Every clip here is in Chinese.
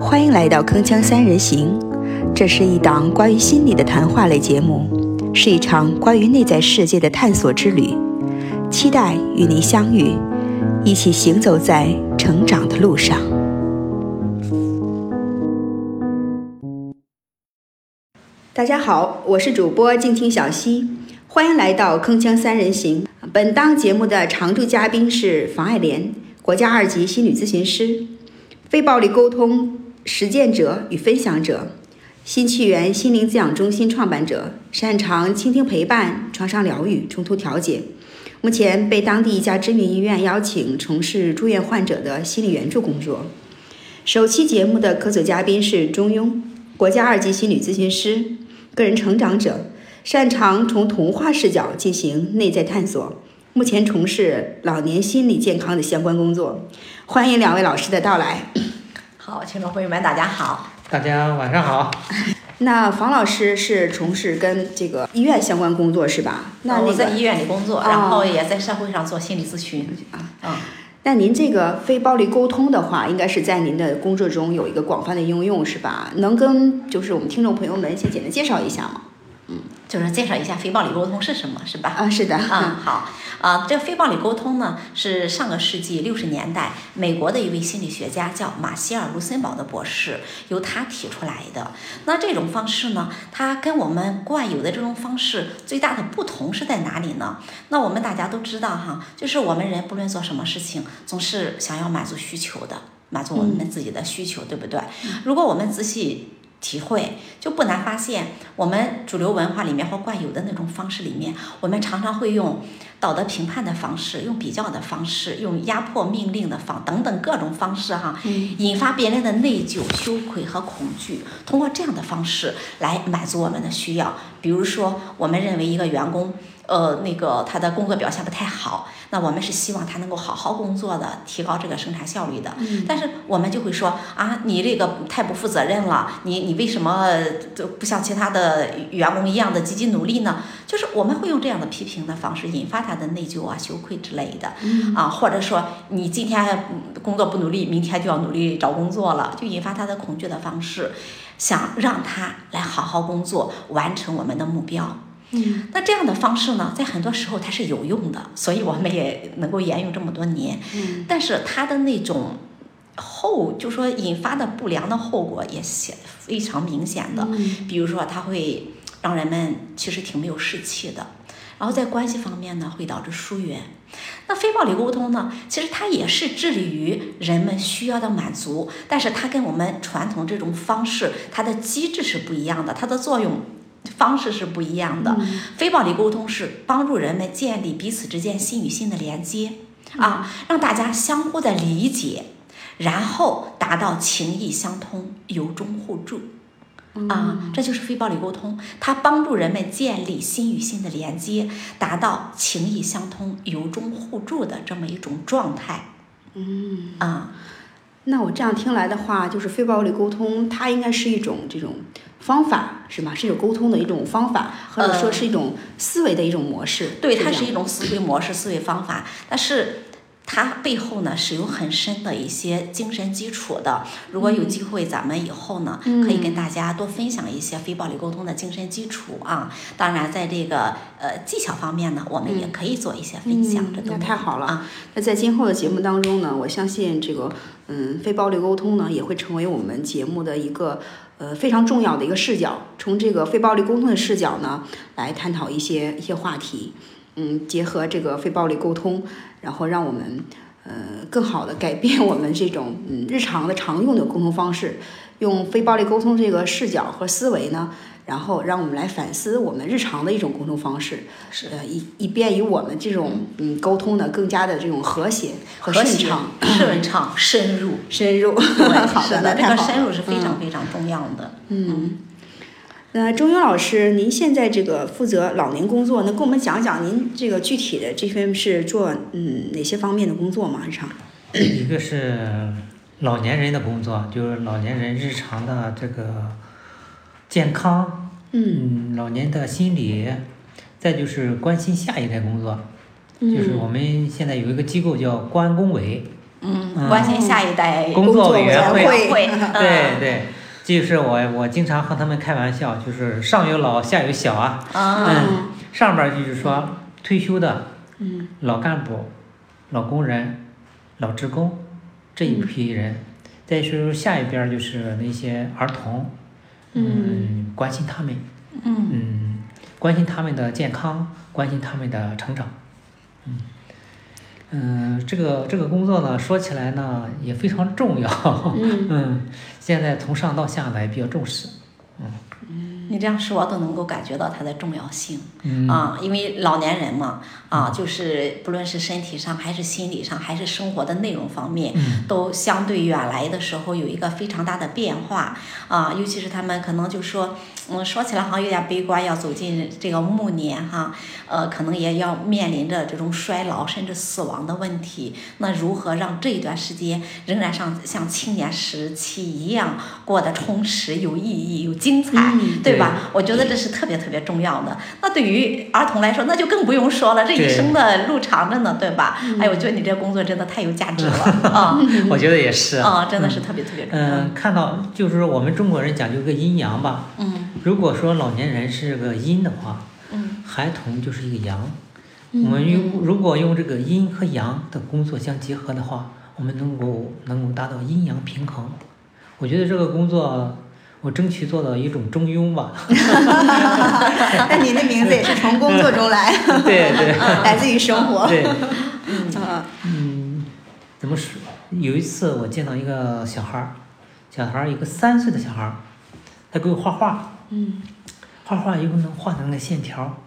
欢迎来到《铿锵三人行》，这是一档关于心理的谈话类节目，是一场关于内在世界的探索之旅。期待与您相遇，一起行走在成长的路上。大家好，我是主播静听小溪，欢迎来到《铿锵三人行》。本档节目的常驻嘉宾是房爱莲，国家二级心理咨询师，非暴力沟通实践者与分享者，新气源心灵滋养中心创办者，擅长倾听陪伴、创伤疗愈、冲突调解。目前被当地一家知名医院邀请从事住院患者的心理援助工作。首期节目的客座嘉宾是中庸，国家二级心理咨询师、个人成长者，擅长从童话视角进行内在探索，目前从事老年心理健康的相关工作。欢迎两位老师的到来。好，听众朋友们，大家好。大家晚上好。那房老师是从事跟这个医院相关工作是吧？那呃我那在个，医院里工作，哦啊然后也在社会上做心理咨询。嗯，那您这个非暴力沟通的话，应该是在您的工作中有一个广泛的应用是吧？能跟就是我们听众朋友们先简单介绍一下吗？就是介绍一下非暴力沟通是什么，是吧？啊，是的，啊、好，啊，这个非暴力沟通呢，是上个世纪六十年代美国的一位心理学家叫马歇尔·卢森堡的博士，由他提出来的。那这种方式呢，它跟我们惯有的这种方式最大的不同是在哪里呢？那我们大家都知道哈，就是我们人不论做什么事情，总是想要满足需求的，满足我们自己的需求，对不对？如果我们仔细体会，就不难发现，我们主流文化里面或惯有的那种方式里面，我们常常会用道德评判的方式，用比较的方式，用压迫命令的方等等各种方式哈，引发别人的内疚、羞愧和恐惧，通过这样的方式来满足我们的需要。比如说，我们认为一个员工。呃，那个他的工作表现不太好，那我们是希望他能够好好工作的，提高这个生产效率的。但是我们就会说啊，你这个太不负责任了，你你为什么就不像其他的员工一样的积极努力呢？就是我们会用这样的批评的方式引发他的内疚啊、羞愧之类的，啊，或者说你今天嗯工作不努力，明天就要努力找工作了，就引发他的恐惧的方式，想让他来好好工作，完成我们的目标。嗯那这样的方式呢，在很多时候它是有用的，所以我们也能够沿用这么多年。嗯、但是它的那种后，就说引发的不良的后果也显非常明显的，比如说它会让人们其实挺没有士气的，然后在关系方面呢，会导致疏远。那非暴力沟通呢，其实它也是致力于人们需要的满足，但是它跟我们传统这种方式，它的机制是不一样的，它的作用方式是不一样的。非暴力沟通是帮助人们建立彼此之间心与心的连接啊，让大家相互的理解，然后达到情意相通、由衷互助。啊，嗯这就是非暴力沟通，它帮助人们建立心与心的连接，达到情意相通、由衷互助的这么一种状态。嗯啊，那我这样听来的话，就是非暴力沟通，它应该是一种这种方法，是吗？是一种沟通的一种方法，或者说是一种思维的一种模式。呃对，这它样是一种思维模式、思维方法，但是它背后呢是有很深的一些精神基础的。如果有嗯机会，咱们以后呢、可以跟大家多分享一些非暴力沟通的精神基础啊。当然，在这个呃技巧方面呢，我们也可以做一些分享，嗯这都那没太有好了啊。那在今后的节目当中呢，我相信这个嗯非暴力沟通呢也会成为我们节目的一个呃非常重要的一个视角，从这个非暴力沟通的视角呢来探讨一些一些话题，嗯，结合这个非暴力沟通，然后让我们呃更好的改变我们这种嗯日常的常用的沟通方式，用非暴力沟通这个视角和思维呢。然后让我们来反思我们日常的一种沟通方式，是呃，以以便于我们这种嗯沟通的更加的这种和谐和顺 畅、和谐、顺畅、深入。深入。对， 好是那的，这太个好深了。嗯入是非常非常重要的。那钟勇老师，您现在这个负责老年工作，能跟我们讲讲您这个具体的这份是做嗯哪些方面的工作吗？日常？一个是老年人的工作，就是老年人日常的这个健康，嗯嗯，老年的心理，再就是关心下一代工作。就是我们现在有一个机构叫国安工委，嗯，关心下一代工工作作委员委会员委员会，嗯对对，啊就是我我经常和他们开玩笑，就是上有老下有小啊，嗯，嗯，上边儿就是说退休的，嗯，老干部、老工人、老职工这嗯一批人，再是下一边儿就是那些儿童，嗯，关心他们，嗯，嗯，关心他们的健康，关心他们的成长，嗯，嗯，这个这个工作呢，说起来呢也非常重要，嗯 嗯，现在从上到下来比较 重视，你这样说都能够感觉到它的重要性。嗯，啊，因为老年人嘛，啊，就是不论是身体上，还是心理上，还是生活的内容方面，嗯都相对原来的时候有一个非常大的变化啊。尤其是他们可能就说，嗯，说起来好像有点悲观，要走进这个暮年哈，呃，可能也要面临着这种衰老甚至死亡的问题。那如何让这一段时间仍然像像青年时期一样过得充实、有意义、有精彩？嗯对吧？我觉得这是特别特别重要的。那对于儿童来说，那就更不用说了，这一对生的路长着呢，对吧？哎，我觉得你这工作真的太有价值了啊！我觉得也是，啊，真的是特别特别重要。嗯，看到就是我们中国人讲究个阴阳吧。嗯如果说老年人是个阴的话，嗯孩童就是一个阳。我们用如果用这个阴和阳的工作相结合的话，我们能够能够达到阴阳平衡。我觉得这个工作，我争取做到一种中庸 吧。那你的名字也是从工作中嗯来，对对来自于生活。对，嗯嗯，怎么说？有一次我见到一个小孩儿，小孩儿一个三岁的小孩儿，他给我画画。嗯画画以后能画成那个线条，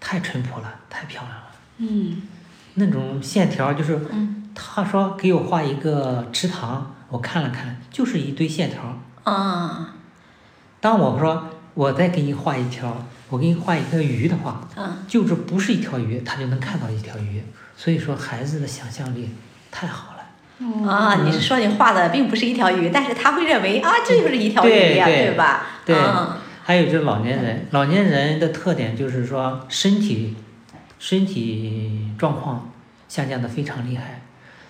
太淳朴了，太漂亮了。嗯那种线条就是，嗯他说给我画一个池塘，我看了看，就是一堆线条。啊当我说我再给你画一条，我给你画一个鱼的话，啊就是不是一条鱼，他就能看到一条鱼。所以说孩子的想象力太好了。哦啊！你是说你画的并不是一条鱼，但是他会认为啊，这就是一条鱼对呀，对对吧？对嗯还有就是老年人，老年人的特点就是说身体身体状况下降的非常厉害。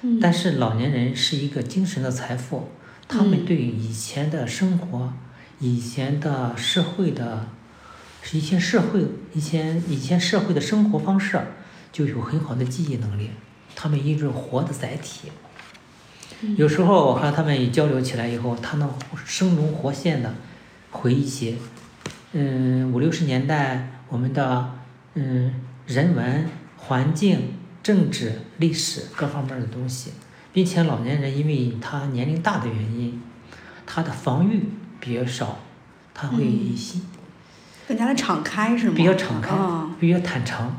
嗯但是老年人是一个精神的财富，他们对以前的生活、以前的社会的，是一些社会、以前以前社会的生活方式，啊就有很好的记忆能力。他们一种活的载体。有时候我和他们交流起来以后，他能生龙活现的回忆起，嗯，五六十年代我们的嗯人文、环境、政治、历史各方面的东西，并且老年人因为他年龄大的原因，他的防御比较少，他会心更加的敞开是吗？比较敞开嗯比较坦诚。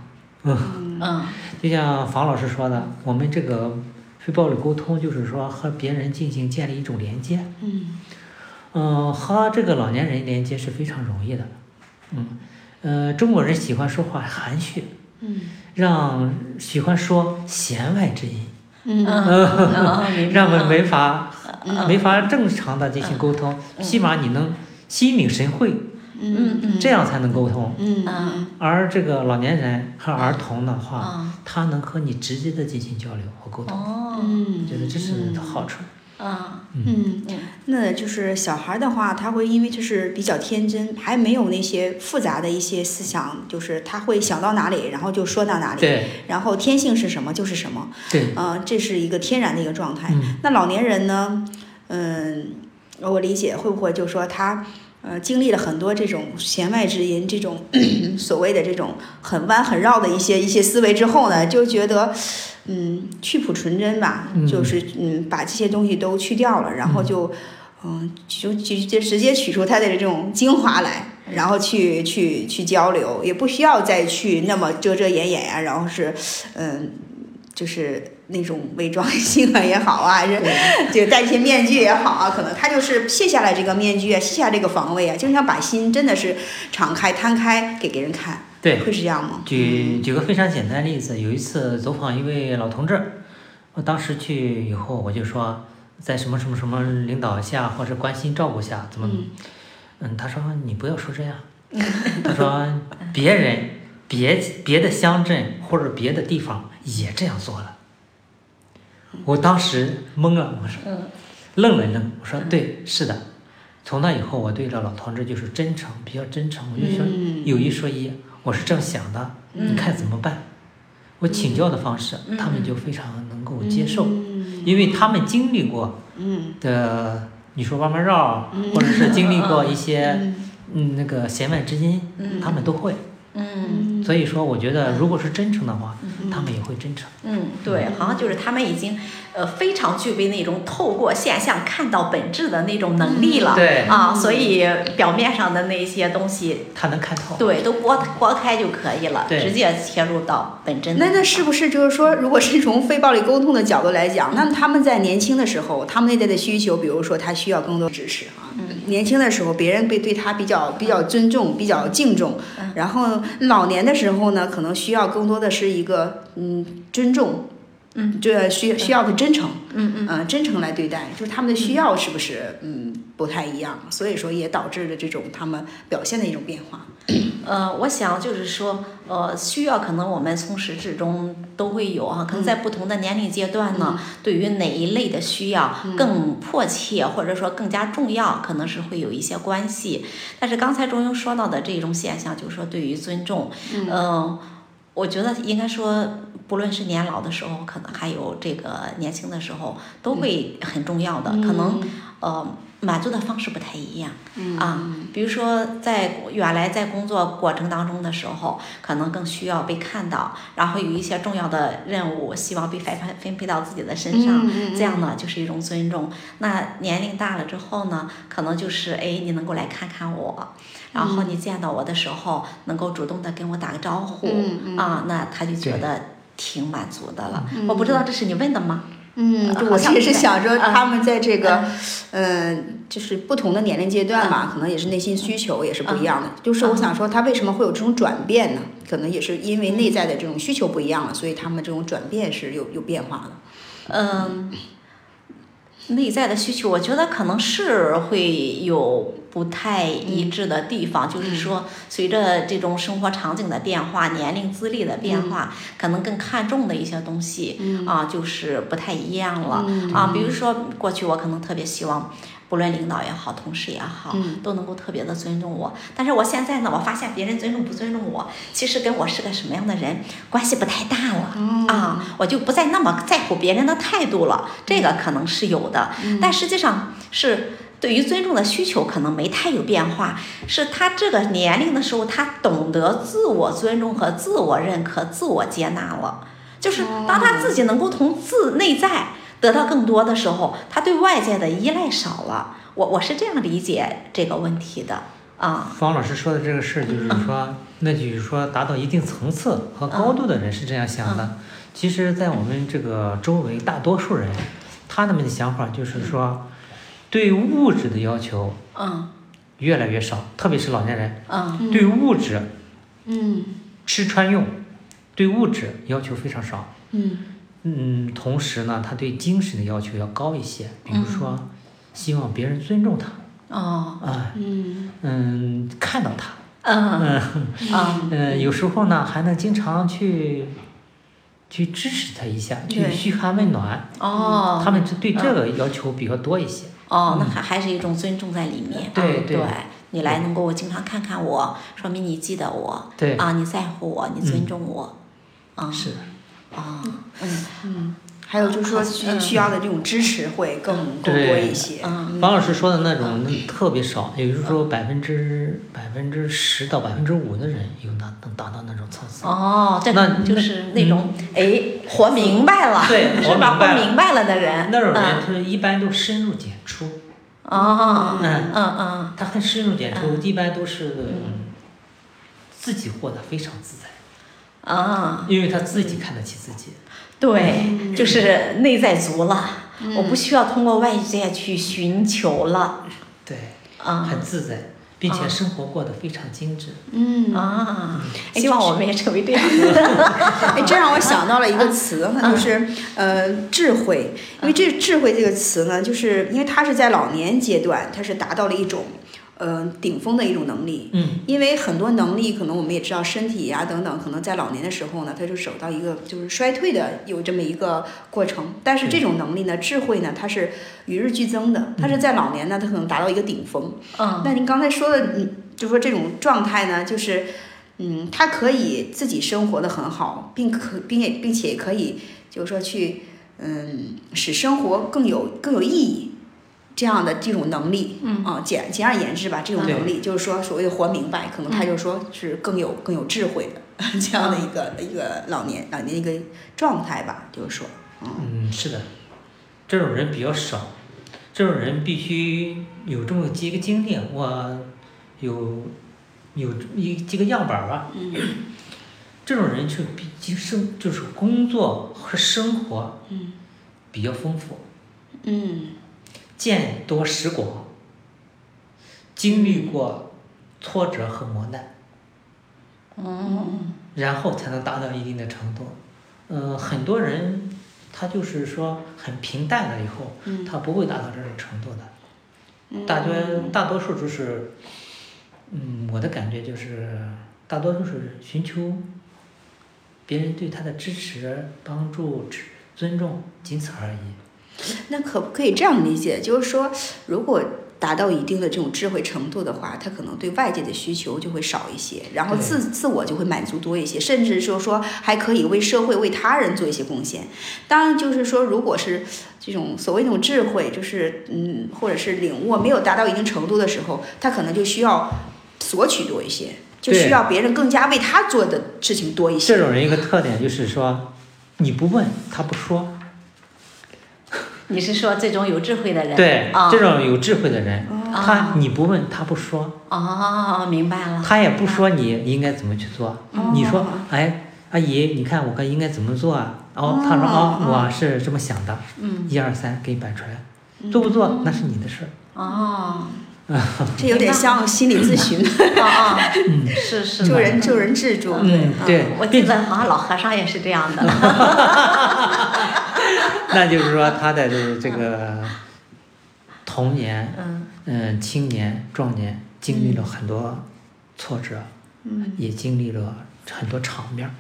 嗯就像房老师说的，我们这个非暴力沟通就是说和别人进行建立一种连接。嗯嗯，和这个老年人连接是非常容易的。嗯，呃，中国人喜欢说话含蓄，嗯让喜欢说弦外之音，嗯嗯嗯，明白让我们没法嗯没法正常的进行沟通，起码你能心领神会，嗯嗯嗯这样才能沟通。嗯嗯而这个老年人和儿童的话，啊他能和你直接的进行交流和沟通，哦嗯我觉得这是好处。啊嗯嗯，那就是小孩儿的话，他会因为就是比较天真，还没有那些复杂的一些思想，就是他会想到哪里，然后就说到哪里，对然后天性是什么就是什么，对，嗯，这是一个天然的一个状态。嗯那老年人呢，嗯，我理解会不会就说他，呃，经历了很多这种弦外之音，这种 所谓的这种很弯很绕的一些一些思维之后呢，就觉得，嗯，去朴纯真吧，嗯就是嗯，把这些东西都去掉了，然后就，嗯，就就就直接取出他的这种精华来。然后去去去交流，也不需要再去那么遮遮掩掩呀、然后是，嗯，就是那种伪装性啊也好啊，是就戴一些面具也好啊，可能他就是卸下来这个面具啊，卸下这个防卫啊，就是想把心真的是敞开、摊开给给人看，对，会是这样吗？举举个非常简单的例子，有一次走访一位老同志，我当时去以后我就说，在什么什么什么领导下或者关心照顾下怎么，嗯他说你不要说这样，他说别人别别的乡镇或者别的地方也这样做了，我当时懵了，我说嗯愣了一愣，我说对，是的。从那以后，我对着老同志就是真诚，比较真诚。我就说嗯有一说一，我是这样想的，你看怎么办？我请教的方式，嗯他们就非常能够接受，嗯因为他们经历过嗯的，你说弯弯绕，嗯或者是经历过一些嗯嗯那个弦外之音，嗯他们都会。嗯所以说，我觉得如果是真诚的话，嗯他们也会真诚。嗯，对，好像就是他们已经呃非常具备那种透过现象看到本质的那种能力了。嗯对啊，所以表面上的那些东西，他能看哦透。对，都拨拨开就可以了，对直接切入到本真的。那那是不是就是说，如果是从非暴力沟通的角度来讲，那么他们在年轻的时候，他们内在的需求，比如说他需要更多支持啊。嗯年轻的时候，别人被对他比较比较尊重、比较敬重嗯，然后老年的时候呢，可能需要更多的是一个嗯尊重，嗯，这需需要的真诚，嗯嗯嗯、真诚来对待，就是他们的需要是不是嗯不太一样，所以说也导致了这种他们表现的一种变化。呃，我想就是说，呃，需要可能我们从始至终都会有哈，嗯可能在不同的年龄阶段呢，对于哪一类的需要嗯更迫切，或者说更加重要，可能是会有一些关系。但是刚才中庸说到的这种现象，就是说对于尊重，嗯、我觉得应该说，不论是年老的时候，可能还有这个年轻的时候，嗯都会很重要的，可能呃满足的方式不太一样。啊，比如说在原来在工作过程当中的时候，可能更需要被看到，然后有一些重要的任务，希望被分分分配到自己的身嗯上，这样呢就是一种尊重。那年龄大了之后呢，可能就是哎，你能够来看看我，然后你见到我的时候，能够主动的跟我打个招呼，嗯嗯啊，那他就觉对得挺满足的了。我不知道这是你问的吗？嗯，呃对好我像也是是 想说，嗯他们在这个，嗯、就是不同的年龄阶段吧，可能也是内心需求也是不一样的。就是我想说，他为什么会有这种转变呢？可能也是因为内在的这种需求不一样了，所以他们这种转变是有有变化的。嗯，内在的需求，我觉得可能是会有不太一致的地方，就是说，随着这种生活场景的变化、年龄、资历的变化，可能更看重的一些东西、啊，就是不太一样了、啊。比如说，过去我可能特别希望。不论领导也好，同事也好，都能够特别的尊重我。但是我现在呢，我发现别人尊重不尊重我，其实跟我是个什么样的人关系不太大了、啊，我就不再那么在乎别人的态度了，这个可能是有的，但实际上是对于尊重的需求可能没太有变化，是他这个年龄的时候，他懂得自我尊重和自我认可、自我接纳了，就是当他自己能够从自内在得到更多的时候，他对外界的依赖少了，我我是这样理解这个问题的啊，方老师说的这个事儿，就是说，那就是说，达到一定层次和高度的人是这样想嗯的。其实，在我们这个周围，大多数人，他们的想法就是说，对物质的要求嗯越来越少，特别是老年人嗯对物质嗯吃穿用，对物质要求非常少。嗯嗯，同时呢，他对精神的要求要高一些，比嗯如说，希望别人尊重他，哦啊，嗯嗯，看到他，嗯嗯。嗯呃，有时候呢，还能经常去去支持他一下，去对嘘寒问暖。哦，他们是对这个要求比较多一些。哦，那还还是一种尊重在里面。对啊对你来能够经常看看我，说明你记得我，对，嗯啊，你在乎我，你尊重我，啊，是啊，嗯嗯，还有就是说需嗯需要的这种支持会更更对多一些。嗯王老师说的那种那特别少，也就是说百分之百分之十到百分之五的人有达能达到那种层次。哦，这那嗯就是那种哎，活明白了，对 是吧？活明白活了明白了的人，那种人嗯，他一般都深入简出，哦，嗯嗯嗯，他很深入简出，一般都是自己活得非常自在，啊，因为他自己看得起自己。对，嗯就是内在足了，我不需要通过外界去寻求了，对，啊很自在，并且生活过得非常精致。嗯啊，嗯哎希望这我们也成为这样 的人。哎，这让我想到了一个词，哈，就是呃智慧，因为这智慧这个词呢，就是因为它是在老年阶段，它是达到了一种呃顶峰的一种能力。嗯，因为很多能力可能我们也知道，身体呀、等等，可能在老年的时候呢，它就走到一个就是衰退的有这么一个过程。但是这种能力呢，智慧呢，它是与日俱增的，它是在老年呢，它可能达到一个顶峰。 嗯那您刚才说的，嗯，就说这种状态呢，就是，嗯，他可以自己生活的很好，并可，并且并且可以，就是说去，嗯，使生活更有更有意义，这样的这种能力，嗯啊，简简而言之吧，这种能力就是说所谓的活明白，可能他就说是更有更有智慧的这样的一个一个老年老年一个状态吧，就是说，嗯，是的，这种人比较少，这种人必须有这么几个经历，我有有一几个样板儿吧。嗯这种人就比就生就是工作和生活嗯比较丰富，嗯见多识广，经历过挫折和磨难，哦嗯然后才能达到一定的程度。呃，很多人他就是说很平淡了以后，嗯他不会达到这种程度的。大多大多数就是，嗯，我的感觉就是，大多数是寻求别人对他的支持、帮助、支尊重，仅此而已。那可不可以这样理解？就是说，如果达到一定的这种智慧程度的话，他可能对外界的需求就会少一些，然后对自自我就会满足多一些，甚至就是说还可以为社会、为他人做一些贡献。当然，就是说，如果是这种所谓那种智慧，就是嗯，或者是领悟没有达到一定程度的时候，他可能就需要索取多一些，就对需要别人更加为他做的事情多一这些。种人一个特点就是说，你不问他不说。你是说这种有智慧的人？对，啊这种有智慧的人，哦他你不问他不说，哦，明白了。他也不说你应该怎么去做。哦你说，哎，阿姨，你看我该应该怎么做啊？哦，他说，哦哦，我是这么想的，嗯一二三，给你摆出嗯来，做不做那是你的事儿。 哦这有点像心理咨 询，哦哦，嗯是是的。救人救人自助。嗯嗯，对，我记并得好像老和尚也是这样的。那就是说他的这这个童年、嗯嗯青年、壮年经历了很多挫折，嗯，也经历了很多场面儿。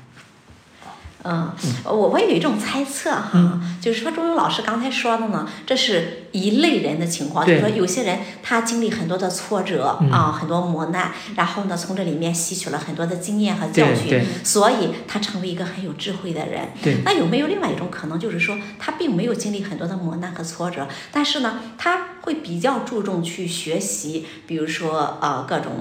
嗯，我我有一种猜测哈，嗯就是说周游老师刚才说的呢，这是一类人的情况，就对是说有些人他经历很多的挫折、嗯啊，很多磨难，然后呢从这里面吸取了很多的经验和教对训对，所以他成为一个很有智慧的人。对，那有没有另外一种可能，就是说他并没有经历很多的磨难和挫折，但是呢，他会比较注重去学习，比如说呃各种，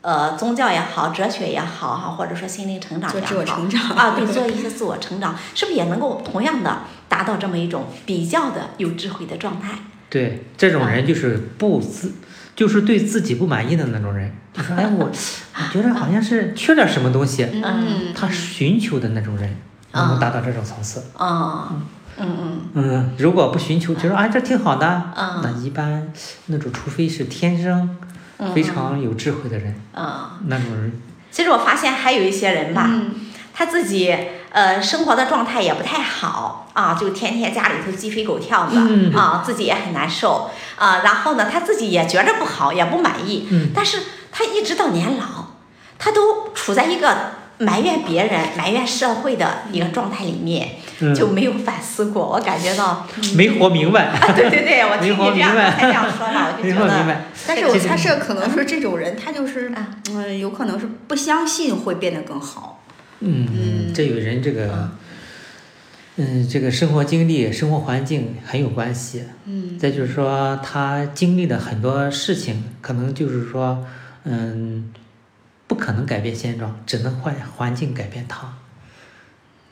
呃宗教也好，哲学也好哈，或者说心灵成长做也自我好成长啊，对，做一些自我成长，是不是也能够同样的达到这么一种比较的有智慧的状态？对，这种嗯人就是不自，就是对自己不满意的那种人，就说哎 我，我觉得好像是缺点什么东西，嗯，他寻求的那种人，能够达到这种层次。啊，嗯嗯，如果不寻求，觉得啊这挺好的，嗯那一般那种除非是天生嗯非常有智慧的人，嗯啊，那种人其实我发现还有一些人吧，嗯他自己呃生活的状态也不太好啊，就天天家里头鸡飞狗跳的、嗯啊，自己也很难受啊。然后呢，他自己也觉着不好，也不满意，嗯但是他一直到年老，他都处在一个埋怨别人、埋怨社会的一个状态里面，嗯就没有反思过。我感觉 到，没活明白。啊， 对对对，我听灵活你这样明白才 这样说吧，我就 没觉活明得，白，但是我猜测，可能说这种人，他就是啊，嗯，有可能是不相信会变得更好。嗯，这与人这个，嗯，这个生活经历、生活环境很有关系。嗯再就是说，他经历的很多事情，可能就是说，嗯，不可能改变现状，只能换环境改变他。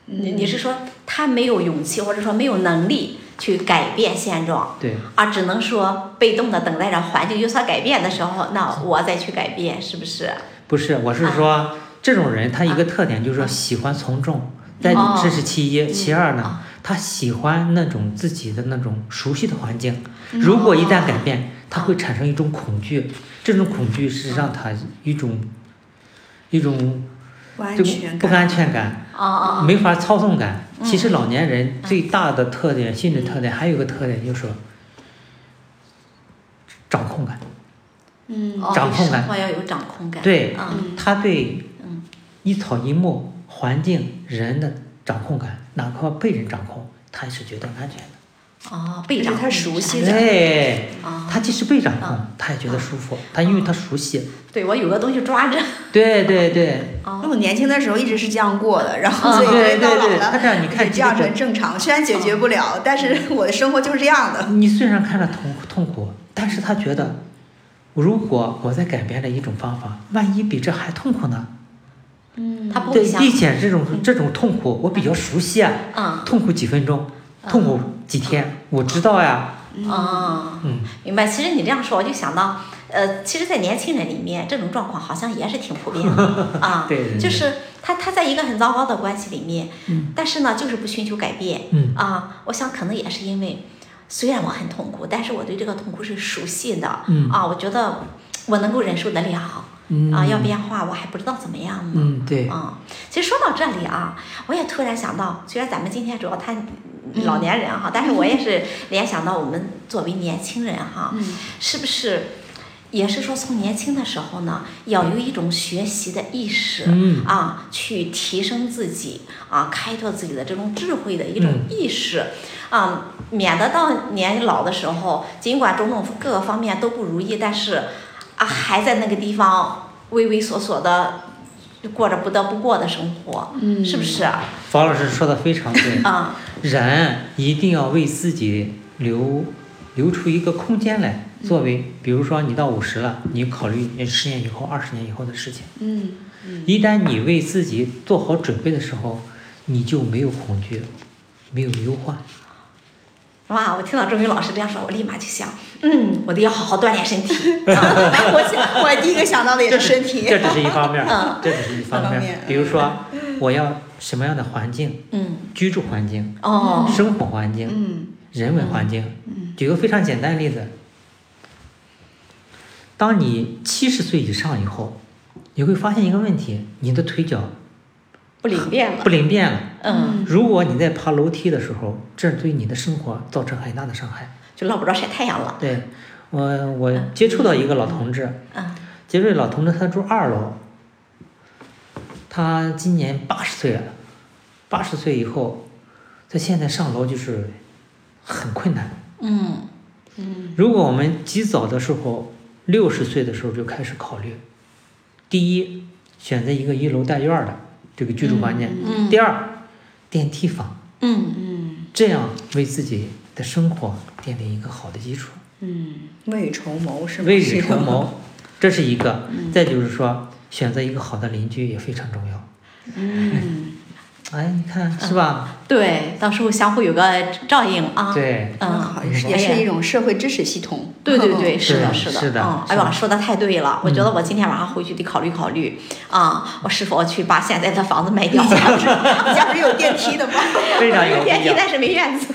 你嗯你是说他没有勇气，或者说没有能力去改变现状？对，啊，只能说被动的等待着环境有所改变的时候，那我再去改变，是不是？不是，我啊是说，这种人他一个特点就是说喜欢从众，但哦这是其嗯一，其啊哦二呢，他喜欢那种自己的那种熟悉的环境，嗯如果一旦哦改变，他会产生一种恐惧，这种恐惧嗯是让他一种一种不安就全不感。嗯安全感，啊啊没法操纵感。其实老年人最大的特点，心理特点还有一个特点就是掌控感，嗯哦掌控感生活要有掌控感。对嗯他对嗯一草一木、环境、人的掌控感，哪怕被人掌控，他也是觉得安全的。哦，被掌控他熟悉的对，啊，他即使被掌控嗯，他也觉得舒服，他因为他熟悉。对我有个东西抓着。对对对，那我年轻的时候一直是这样过的，然后嗯所以对到对老对，他了，这样你看这样结是果很正常。虽然解决不了，但是我的生活就是这样的。你虽然看着痛痛苦，但是他觉得，如果我再改变了一种方法，万一比这还痛苦呢？ 嗯他不会对，想并且这种这种痛苦我比较熟悉啊，嗯痛苦几分钟，痛苦几天，我知道呀。嗯，嗯，明白。其实你这样说，我就想到，呃，其实，在年轻人里面，这种状况好像也是挺普遍 的啊。对对对就是他他在一个很糟糕的关系里面，但是呢，就是不寻求改变。嗯啊，我想可能也是因为，虽然我很痛苦，但是我对这个痛苦是熟悉的。嗯啊，我觉得我能够忍受得了。嗯啊，要变化我还不知道怎么样呢。嗯，对，啊、其实说到这里啊，我也突然想到，虽然咱们今天主要谈嗯老年人哈，但是我 也是联想到我们作为年轻人哈，嗯是不是也是说从年轻的时候呢，要有一种学习的意识、嗯啊，去提升自己啊，开拓自己的这种智慧的一种嗯意识。啊，免得到年老的时候，尽管种种各个方面都不如意，但是啊，还在那个地方畏畏缩缩的过着不得不过的生活，嗯是不是？啊、方老师说的非常 对，人一定要为自己留留出一个空间来，作为，比如说你到五十了，你考虑十年以后、二十年以后的事情。嗯 一旦你为自己做好准备的时候，你就没有恐惧，没有忧 患。哇！我听到周云老师这样说，我立马就想，嗯，我得要好好锻炼身体。 啊、我想哎我第一个想到的也是身体。这只是一方面儿，嗯这只是一方方面嗯面儿。比如说，我要什么样的环境，嗯，居住环境、哦，生活环境、嗯人文环境。举个非常简单的例子，当你七十岁以上以后，你会发现一个问题：你的腿脚不灵便了不。灵便了。嗯，如果你在爬楼梯的时候，这对你的生活造成很大的伤害。就落不着晒太阳了。对我，我接触到一个老同志，嗯，杰瑞老同志他住二楼，他今年八十岁了，八十岁以后，他现在上楼就是很困难。嗯嗯如果我们及早的时候，六十岁的时候就开始考虑，第一，选择一个一楼带院儿的这个居住环境；嗯第二，电梯房，嗯嗯这样为自己的生活奠定一个好的基础。嗯，未雨绸缪是嗯吗？未雨绸缪，这是一个。再就是说，选择一个好的邻居也非常重要。嗯，哎，你看是吧？对，到时候相互有个照应啊。，对，很嗯，好，也是一种社会支持系统。对对对，是的，对是是的嗯，是哎的呀，说的嗯太对了，我觉得我今天晚上回去得考虑考虑啊，我是否去把现在的房子 卖掉？你家不是有电梯的吗？ 非常有电必梯，要，但是没院子。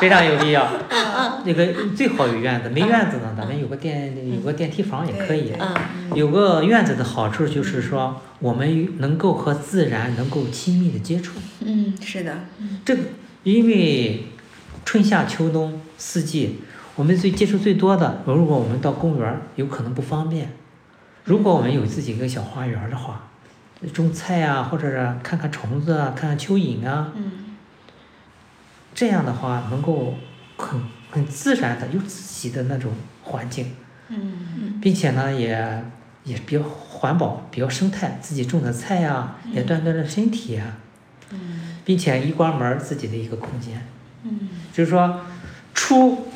非常有必要。啊那个最好有院子，没院子呢，咱们有个电嗯有个电梯房也可以啊对。 嗯有个院子的好处就是说，我们能够和自然能够亲密的接触。嗯，是的。这个，因为春夏秋冬四季，我们最接触最多的，如果我们到公园儿，有可能不方便。如果我们有自己一个小花园儿的话，种菜啊，或者是看看虫子啊，看看蚯蚓啊，嗯这样的话能够很很自然的有自己的那种环境，嗯并且呢也也比较环保，比较生态，自己种的菜啊，也锻炼了身体啊，并且一关门儿自己的一个空间。嗯就是说，出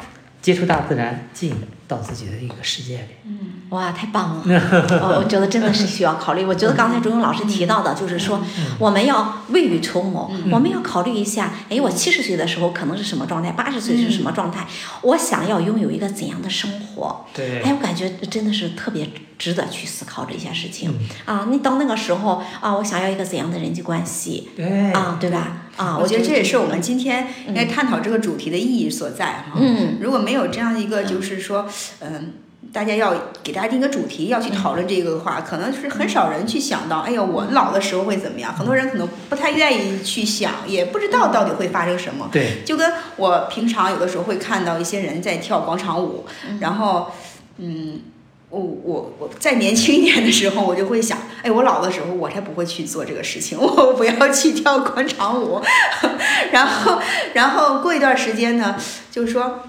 接触大自然，进到自己的一个世界里。嗯哇，太棒 了！我我觉得真的是需要考虑。我觉得刚才周勇老师提到的，就是说我们要未雨绸缪，我们要考虑一下，哎，我七十岁的时候可能是什么状态，八十岁是什么状态，我想要拥有一个怎样的生活？对哎，我感觉真的是特别值得去思考这些事情嗯啊！你到那个时候啊，我想要一个怎样的人际关系对啊，对吧？啊，我觉得这也是我个们今天应该探讨这个主题的意义所在哈。嗯，如果没有这样一个，就是说，嗯。大家要给大家定一个主题，要去讨论这个的话，可能是很少人去想到，哎呀，我老的时候会怎么样？很多人可能不太愿意去想，也不知道到底会发生什么。对，就跟我平常有的时候会看到一些人在跳广场舞，然后，嗯，我我我再年轻一点的时候，我就会想，哎，我老的时候我才不会去做这个事情， 我不要去跳广场舞。 然后，然后过一段时间呢，就是说，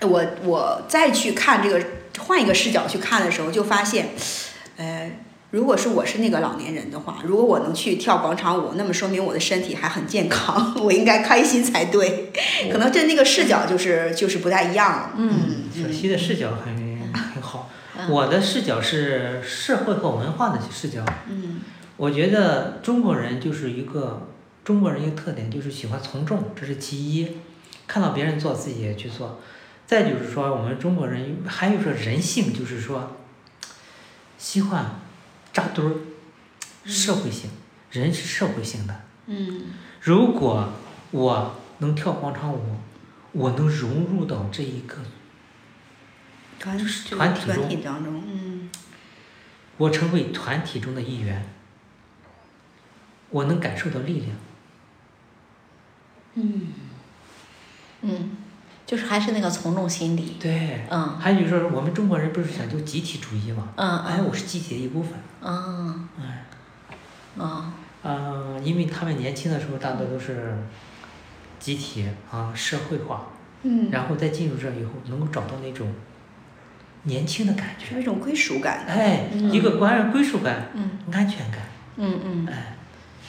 哎我我再去看这个，换一个视角去看的时候，就发现，呃，如果是我是那个老年人的话，如果我能去跳广场舞，那么说明我的身体还很健康， 我应该开心才对。可能对那个视角就是就是不太一样了。嗯小嗯溪的视角很很 好，嗯我的视角是社会和文化的视角。嗯我觉得中国人就是一个中国人一个特点，就是喜欢从众，这是其一。看到别人做，自己也去做。再就是说，我们中国人还有说人性，就是说，喜欢扎堆儿，社会性，人是社会性的。嗯如果我能跳广场舞，我能融入到这一个，团团体团中体当中，嗯我成为团体中的一员，我能感受到力量。嗯，就是还是那个从众心理，对，嗯还有就是说，我们中国人不是讲究集体主义嘛？嗯哎，我是集体的一部分。嗯哎，嗯嗯、因为他们年轻的时候大多都是集体啊社会化，嗯，然后再进入这以后，能够找到那种年轻的感是有觉，一种归属感。哎，嗯一个关归属感、嗯安全感，嗯嗯哎，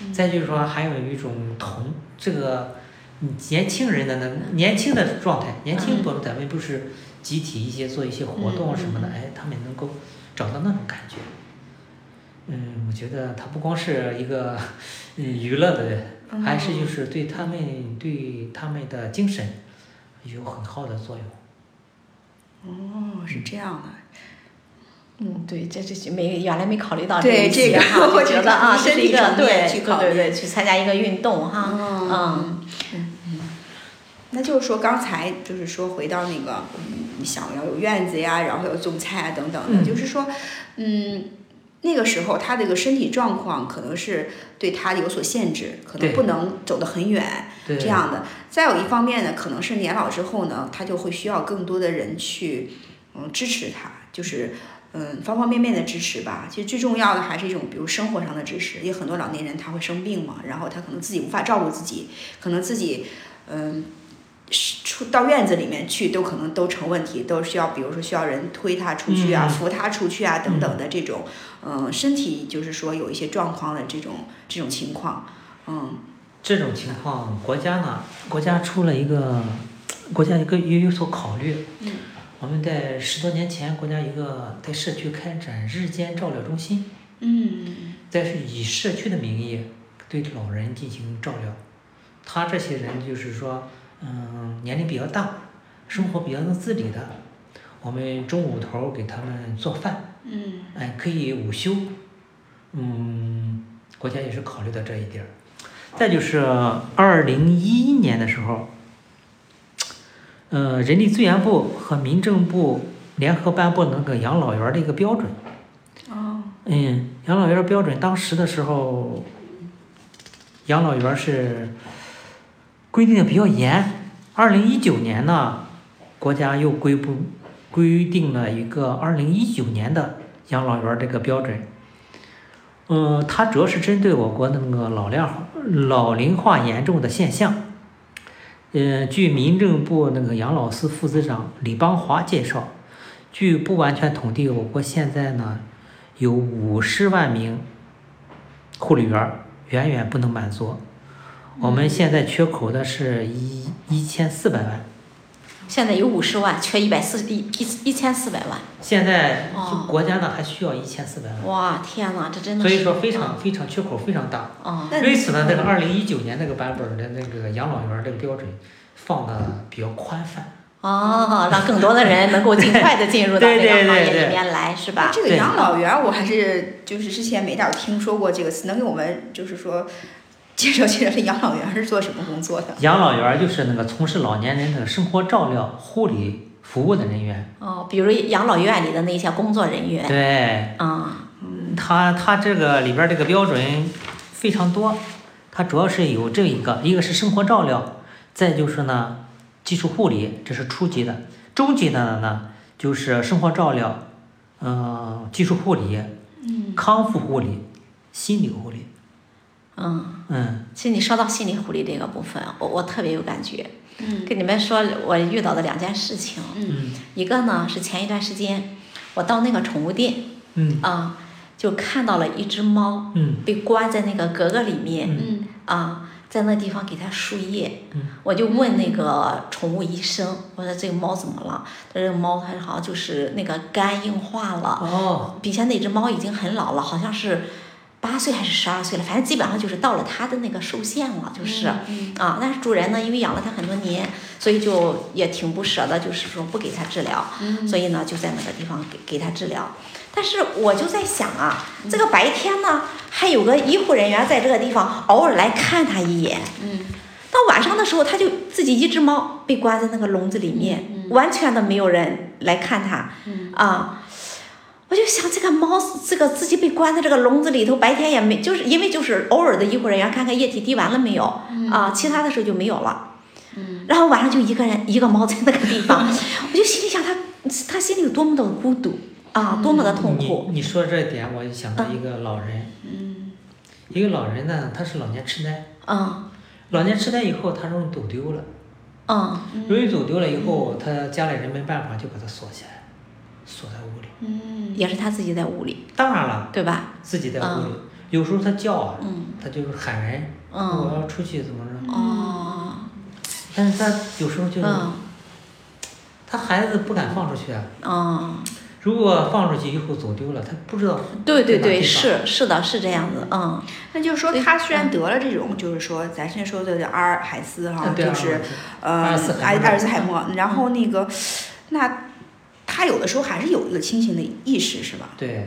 嗯再就是说还有一种同这个年轻人的那年轻的状态，年嗯轻不咱们不是集体一些做一些活动啊什么的，嗯哎，他们能够找到那种感觉。嗯，我觉得它不光是一个嗯娱乐的，哦嗯还是就是对他们对他们的精神有很好的作用。哦，是这样的。嗯，对，这这没原来没考虑到对一些这个 哈，我就觉觉得得啊，身这是体一个层面对去对考虑对对，去参加一个运动哈，嗯，那就是说刚才就是说回到那个，嗯你想要有院子呀，然后有种菜啊等等的，嗯就是说，嗯。那个时候，他这个身体状况可能是对他有所限制，可能对不能走得很远对，这样的。再有一方面呢，可能是年老之后呢，他就会需要更多的人去，嗯，支持他，就是嗯方方面面的支持吧。其实最重要的还是一种，比如生活上的支持。因为很多老年人他会生病嘛，然后他可能自己无法照顾自己，可能自己嗯是出到院子里面去都可能都成问题，都需要比如说需要人推他出去啊、嗯扶他出去啊等等的这种，嗯，身体就是说有一些状况的这种这种情况，嗯这种情况，国家呢，国家出了一个，国家一个也有所考虑。嗯我们在十多年前，国家一个在社区开展日间照料中心，嗯再是以社区的名义对老人进行照料。他这些人就是说，嗯，年龄比较大，生活比较能自理的，我们中午头儿给他们做饭，嗯哎，可以午休。嗯，国家也是考虑到这一点儿。再就是二零一一年的时候，呃，人力资源部和民政部联合颁布那个养老院儿的一个标准。哦嗯，养老院儿标准当时的时候，养老院儿是规定的比较严。二零一九年呢，国家又规布规定了一个二零一九年的养老院儿这个标准。嗯、它主要是针对我国的那个老龄化老龄化严重的现象。呃，据民政部那个养老司副司长李邦华介绍，据不完全统计，我国现在呢有五十万名护理员儿，远远不能满足。我们现在缺口的是一一千四百万，现在有五十万，缺一百四一一一千四百万，现在哦国家呢还需要一千四百万，哇，天哪，这真的所是，以说非常非常缺口非常大。啊，那为此呢，这个二零一九年那个版本的那个养老院儿这个标准放的比较宽泛。哦，让更多的人能够尽快的进入到这对对个行对业对里面来，是吧？这个对养老院，我还是就是之前没咋听说过这个词，能给我们就是说介绍介绍这养老院是做什么工作的？养老院儿就是那个从事老年人的生活照料、护理服务的人员。哦，比如养老院里的那些工作人员，对，啊，它它这个里边儿这个标准非常多，它主要是有这一个，一个是生活照料，再就是呢技术护理，这是初级的，中级的呢就是生活照料，嗯、呃技术护理、康复护理、心理护理。嗯，嗯，其实你说到心理护理这个部分，我我特别有感觉。嗯跟你们说我遇到的两件事情，嗯，一个呢是前一段时间我到那个宠物店，嗯啊、就看到了一只猫嗯被关在那个格格里面，嗯嗯啊、在那地方给它输液。嗯我就问那个宠物医生，我说这个猫怎么了？他说这个猫它好像就是那个肝硬化了，哦，比前那只猫已经很老了，好像是八岁还是十二岁了，反正基本上就是到了它的那个寿限了，就是。啊，但是主人呢，因为养了它很多年，所以就也挺不舍得，就是说不给它治疗，所以呢就在那个地方给给它治疗。但是我就在想啊，这个白天呢还有个医护人员在这个地方偶尔来看它一眼，嗯到晚上的时候它就自己一只猫被关在那个笼子里面，嗯完全的没有人来看它嗯啊。我就想，这个猫，这个自己被关在这个笼子里头，白天也没，就是因为就是偶尔的医护人员看看液体滴完了没有，啊，其他的时候就没有了。嗯然后晚上就一个人一个猫在那个地方， 我就心里想他他心里有多么的孤独啊，多么的痛苦。你你说这点，我就想到一个老人，嗯一个老人呢，他是老年痴呆，嗯老年痴呆以后他容易走丢了，嗯容易走丢了以后，他家里人没办法就把他锁起来，锁在屋里。嗯也是他自己在屋里，当然了，对吧？自己在屋嗯里，有时候他叫啊，嗯他就是喊人，我嗯要出去怎么着？哦但是他有时候就是嗯他孩子不敢放出去啊，嗯，如果放出去以后走丢了，他不知道对对在哪对，地方是是的，是这样子，嗯那就是说，他虽然得了这种，就是说咱现在说的叫阿尔海斯哈，对啊就是呃阿尔茨海默阿尔茨海默，然后那个，那他有的时候还是有一个清醒的意识，是吧？对，啊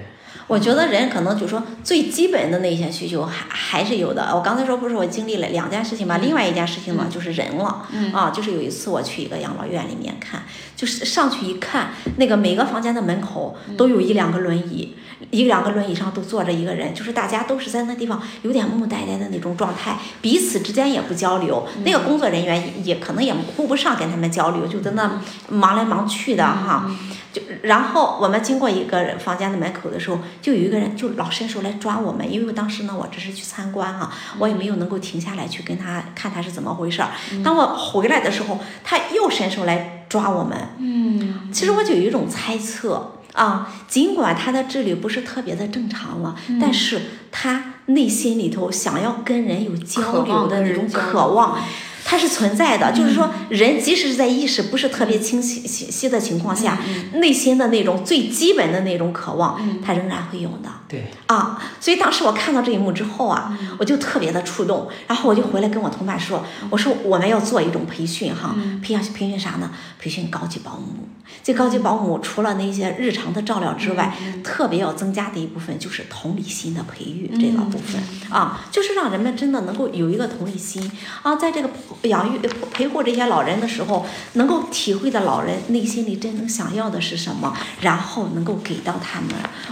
我觉得人可能就说最基本的那些需求还还是有的。我刚才说不是我经历了两件事情嘛，另外一件事情呢就是人了，嗯啊，就是有一次我去一个养老院里面看，就是上去一看，那个每个房间的门口都有一两个轮椅，一两个轮椅上都坐着一个人，就是大家都是在那地方有点木呆呆的那种状态，彼此之间也不交流，那个工作人员也也可能也顾不上跟他们交流，就在那忙来忙去的哈。就然后我们经过一个房间的门口的时候，就有一个人就老伸手来抓我们，因为我当时呢，我只是去参观啊，我也没有能够停下来去跟他看他是怎么回事儿。当我回来的时候，他又伸手来抓我们。嗯其实我就有一种猜测啊，尽管他的智力不是特别的正常了，但是他内心里头想要跟人有交流嗯的那种渴望，它是存在的，就是说，人即使是在意识不是特别清晰清晰的情况下，内心的那种最基本的那种渴望，它仍然会有的对，啊。所以当时我看到这一幕之后啊，我就特别的触动，然后我就回来跟我同伴说，我说我们要做一种培训哈，培养培训啥呢？培训高级保姆。这高级保姆除了那些日常的照料之外，特别要增加的一部分就是同理心的培育这个部分、啊，就是让人们真的能够有一个同理心啊，在这个养育呃陪护这些老人的时候，能够体会到老人内心里真正想要的是什么，然后能够给到他们。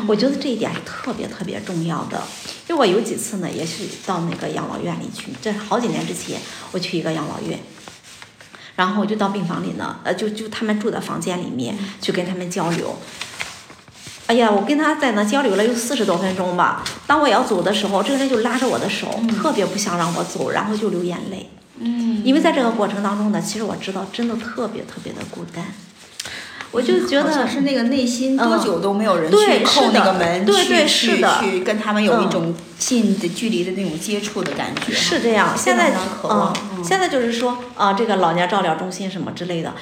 我觉得这一点是特别特别重要的，因为我有几次呢，也是到那个养老院里去，这是好几年之前，我去一个养老院。然后我就到病房里呢，呃，就就他们住的房间里面去跟他们交流。哎呀，我跟他在那交流了有四十多分钟吧。当我要走的时候，这个人就拉着我的手，特别不想让我走，然后就流眼泪。嗯因为在这个过程当中呢，其实我知道真的特别特别的孤单，我就觉好得像是那个内心嗯多久都没有人对去叩是的那个门，对去对去是的去跟他们有一嗯种近的距离的那种接触的感觉，是这样，现在非常渴啊望，嗯现在就是说啊，这个老年照料中心什么之类的，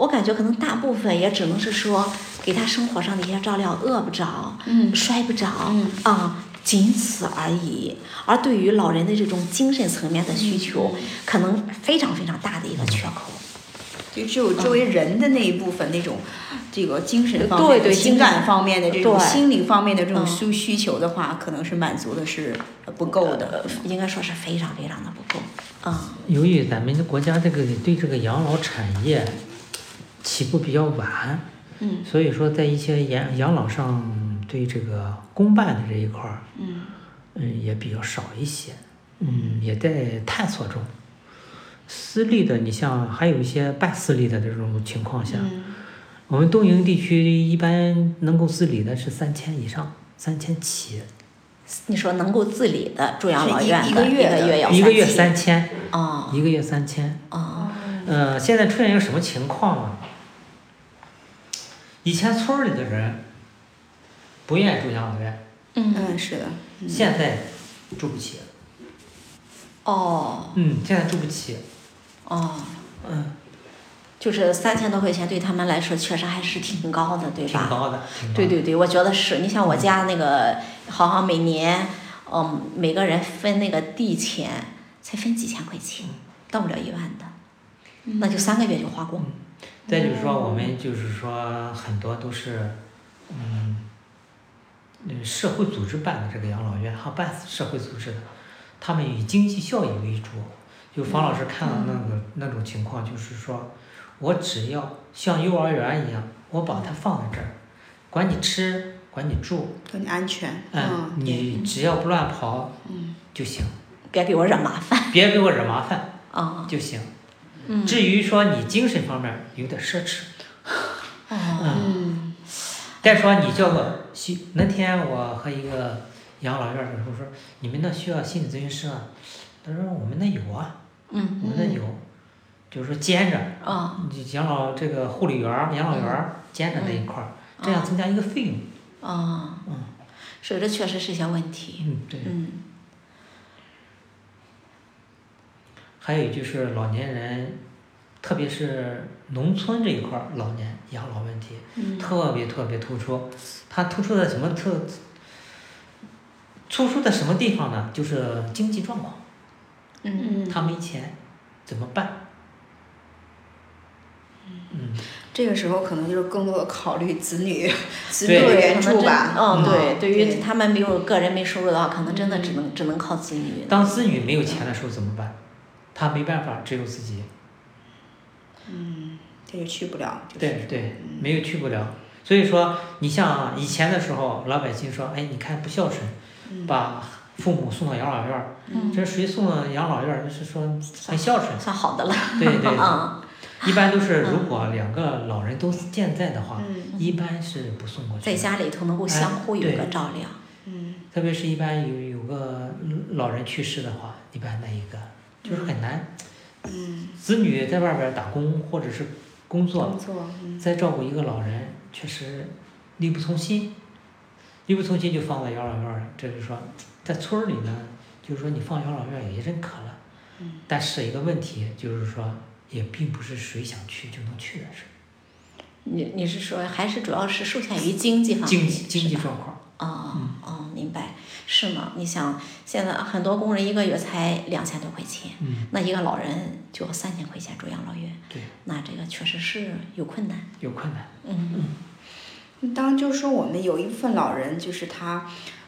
我感觉可能大部分也只能是说给他生活上的一些照料，饿不着，嗯摔不着，嗯啊。仅此而已。而对于老人的这种精神层面的需求，嗯可能非常非常大的一个缺口。就只有周围人的那一部分那种，这个精神方面嗯对的、对情精感神方面的这种对心理方面的这种嗯需需求的话，可能是满足的是不够的。呃应该说是非常非常的不够。嗯由于咱们的国家这个对这个养老产业起步比较晚，嗯所以说在一些养养老上对这个公办的这一块儿，嗯嗯，也比较少一些，嗯，也在探索中。私立的，你像还有一些半私立的这种情况下，嗯我们东营地区一般能够自理的是三千以上，三千起，你说能够自理的住养是老一院的，一个月的要一个月三三千，千哦一个月三千。哦，呃，现在出现一个什么情况啊？以前村儿里的人不愿意住养老院，嗯嗯，是的，现在住不起。哦嗯，现在住不起。哦，嗯，就是三千多块钱对他们来说确实还是挺高的，对挺吧？高的，挺高的。对对对，我觉得是。你像我家那个，好像每年，嗯，每个人分那个地钱，才分几千块钱，嗯到不了一万的，那就三个月就花光。再就是说，我们就是说很多都是，嗯，嗯，社会组织办的这个养老院，哈，办社会组织的，他们以经济效益为主。就房老师看到那个、那种情况，就是说，我只要像幼儿园一样，我把它放在这儿，管你吃，管你住，对你安全，嗯，嗯，对你只要不乱跑，就行，别给我惹麻烦别给我惹麻烦啊！就行。嗯至于说你精神方面有点奢侈，哦嗯。嗯，再说你叫个心，那天我和一个养老院的时候说，你们那需要心理咨询师啊？他说我们那有啊，嗯我们那有，就是说兼着，啊你养老这个护理员儿、养老员儿兼着那一块儿，嗯这样增加一个费用。啊嗯，是这确实是一些问题。嗯，对。嗯还有就是老年人，特别是农村这一块儿老年养老问题，特别特别突出。它突出在什么特？突出在什么地方呢？就是经济状况。嗯，嗯他没钱怎么办？嗯，这个时候可能就是更多的考虑子 女子女对的对，援可能助真吧。嗯，嗯对，对于对他们没有个人没收入的话，可能真的只能只能靠子女。当子女没有钱的时候怎么办？他没办法，只有自己。这就去不了，就是对对，没有去不了。所以说，你像啊以前的时候，老百姓说：“哎，你看不孝顺，把父母送到养老院儿，嗯，这谁送到养老院儿？就是说很孝顺。算好的了。对对对，啊，一般都是如果两个老人都健在的啊话，嗯一般是不送过去在的。家里头哎能够相互有个照料。嗯特别是一般有有个老人去世的话，一般那一个就是很难。嗯，子女在外边儿打工或者是工作，工作，嗯再照顾一个老人，确实力不从心，力不从心就放在养老院儿了。这就说，在村儿里呢，就是说你放养老院儿也认可了，嗯但是一个问题就是说，也并不是谁想去就能去的事儿，你你是说还是主要是受限于经济方面？经济经济嗯是吧状况，哦哦，明白，是吗？你想现在很多工人一个月才两千多块钱，嗯，那一个老人就要三千块钱住养老院，对，那这个确实是有困难。有困难，嗯当然就是说我们有一部分老人就是他。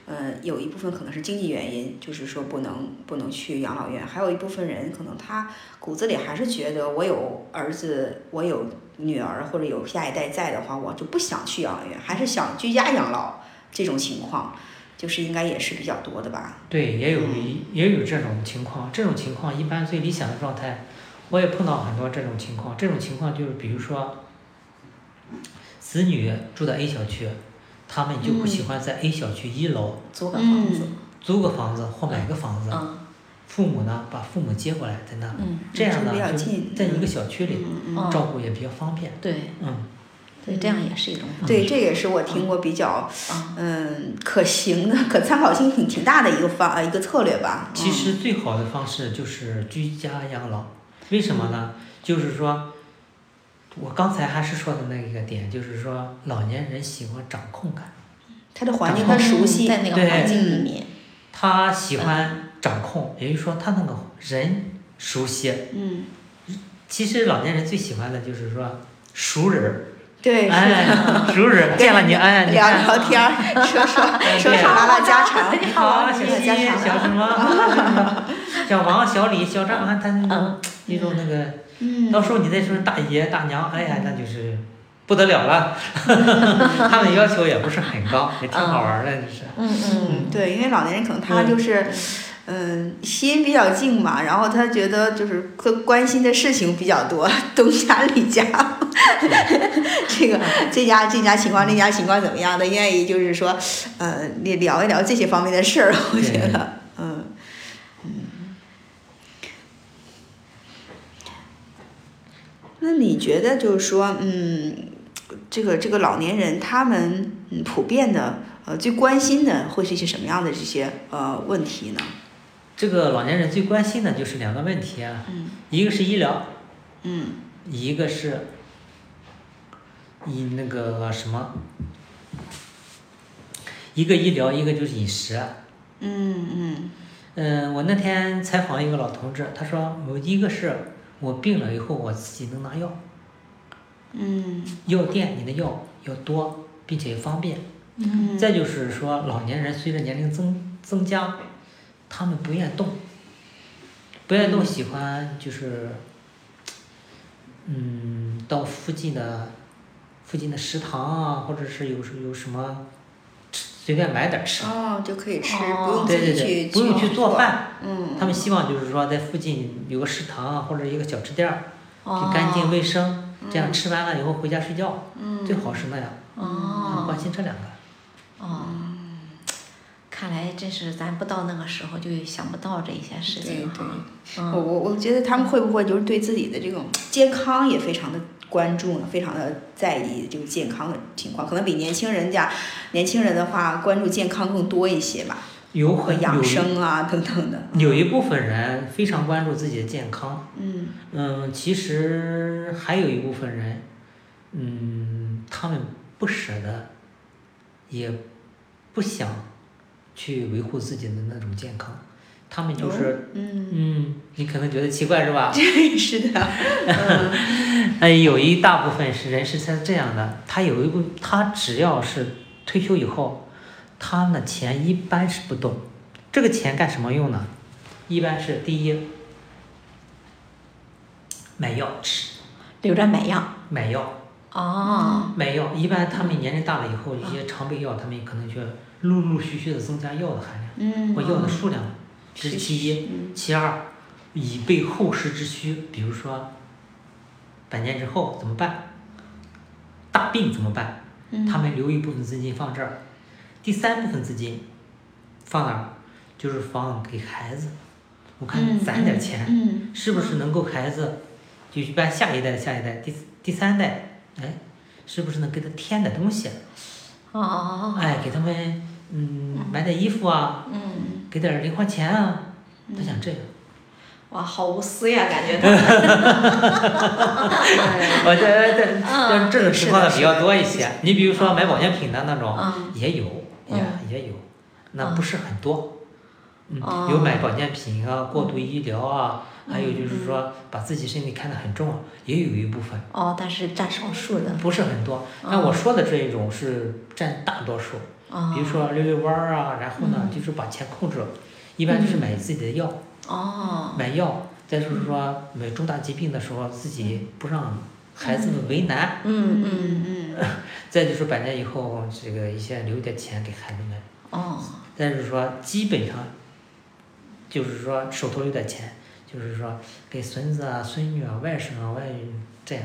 呃，有一部分可能是经济原因，就是说不能不能去养老院，还有一部分人可能他骨子里还是觉得我有儿子，我有女儿或者有下一代在的话，我就不想去养老院，还是想居家养老这种情况，就是应该也是比较多的吧。对，也有一也有这种情况。这种情况一般最理想的状态，我也碰到很多这种情况。这种情况就是，比如说，子女住在 A 小区，他们就不喜欢在 A 小区一楼嗯租个房子，租个房子或买个房子，嗯父母呢把父母接过来在那，嗯这样住呢得比较就近在一个小区里嗯嗯照顾也比较方便。对嗯，对，这样也是一种方对，式这也是我听过比较啊。嗯可行的、可参考性挺挺大的一个方呃一个策略吧。嗯其实最好的方式就是居家养老，为什么呢？就是说，我刚才还是说的那一个点，就是说老年人喜欢掌控感，嗯它的环境它熟悉，在那个嗯对环境里面，他喜欢掌控，也就是说他那个人熟悉。嗯，其实老年人最喜欢的就是说熟人儿，对，是哎，熟人儿见了你，哎，聊你看，聊天儿，说 说哎说对啊说拉拉家常，你好，拉小西，家常，小什么， 小王，小李，小张，啊，他嗯那种一种那个。嗯到时候你再说大爷大娘，哎呀，那就是不得了了。他们要求也不是很高，也挺好玩儿的，就是。嗯嗯嗯，对，因为老年人可能他就是，嗯、心比较静嘛，然后他觉得就是关关心的事情比较多，东家 里家， 这个嗯这家这家情况那家情况怎么样的，愿意就是说，呃，你聊一聊这些方面的事儿，我觉得，嗯嗯。那你觉得就是说，嗯，这个这个老年人他们嗯普遍的呃最关心的会是一些什么样的这些呃问题呢？这个老年人最关心的就是两个问题啊，嗯一个是医疗，嗯一个是，一那个什么，一个医疗，一个就是饮食。啊嗯嗯嗯，我那天采访一个老同志，他说我一个是我病了以后我自己能拿药，嗯药店里的药要多，并且方便。嗯再就是说，老年人随着年龄增增加，他们不愿动，不愿嗯动，喜欢就是，嗯，到附近的附近的食堂啊，或者是有时有什么吃随便买点儿吃，哦，就可以吃，哦不用自对对己去对，不用去做，饭，嗯，他们希望就是说在附近有个食堂啊，或者一个小吃店儿，哦就干净卫生，这嗯样吃完了以后回家睡觉，最好是那样。他嗯们哦嗯关心这两个。哦，看来真是咱不到那个时候就想不到这些事情哈对。我嗯哦我我觉得他们会不会就是对自己的这种健康也非常的关注呢？非常的在意这个健康的情况，可能比年轻人家年轻人的话关注健康更多一些吧，有和很有养一生啊等等的。嗯有一部分人非常关注自己的健康，嗯嗯，其实还有一部分人，嗯，他们不舍得，也不想去维护自己的那种健康，他们就是，嗯，嗯，你可能觉得奇怪是吧？是的，嗯哎，有一大部分是人是他这样的，他有一部，他只要是退休以后，他的钱一般是不动，这个钱干什么用呢？一般是第一，买药吃，留着买药买药，哦买药。一般他们年龄大了以后，有些常备药，他们可能就陆陆续续的增加药的含量嗯，或药的数量，这是其一。嗯其二，以备后事之需，比如说，百年之后怎么办？大病怎么办？嗯他们留一部分资金放这儿，第三部分资金放哪儿？就是放给孩子。我看嗯攒点钱，嗯是不是能够孩子，就一般下一代、下一代、第第三代，哎，是不是能给他添点东西？啊哦哎，给他们嗯买点衣服啊，嗯，给点零花钱啊，他想这样。哇，好无私呀，感觉他哎我这这嗯这这种情况的嗯比较多一些。你比如说买保健品的那种，嗯也有，也也有，那不是很多。嗯，有买保健品啊，过度医疗啊，还有就是说把自己身体看得很重啊，也有一部分，哦，但是占少数的不是很多。那我说的这一种是占大多数，哦比如说溜溜弯儿啊，然后呢就是把钱控制了，一般就是买自己的药，哦买药，再就是说买重大疾病的时候自己不让孩子们为难。嗯嗯嗯嗯再就是百年以后，这个一些留点钱给孩子们。哦再就是说，基本上，就是说手头有点钱，就是说给孙子啊、孙女啊、外甥啊、外甥这样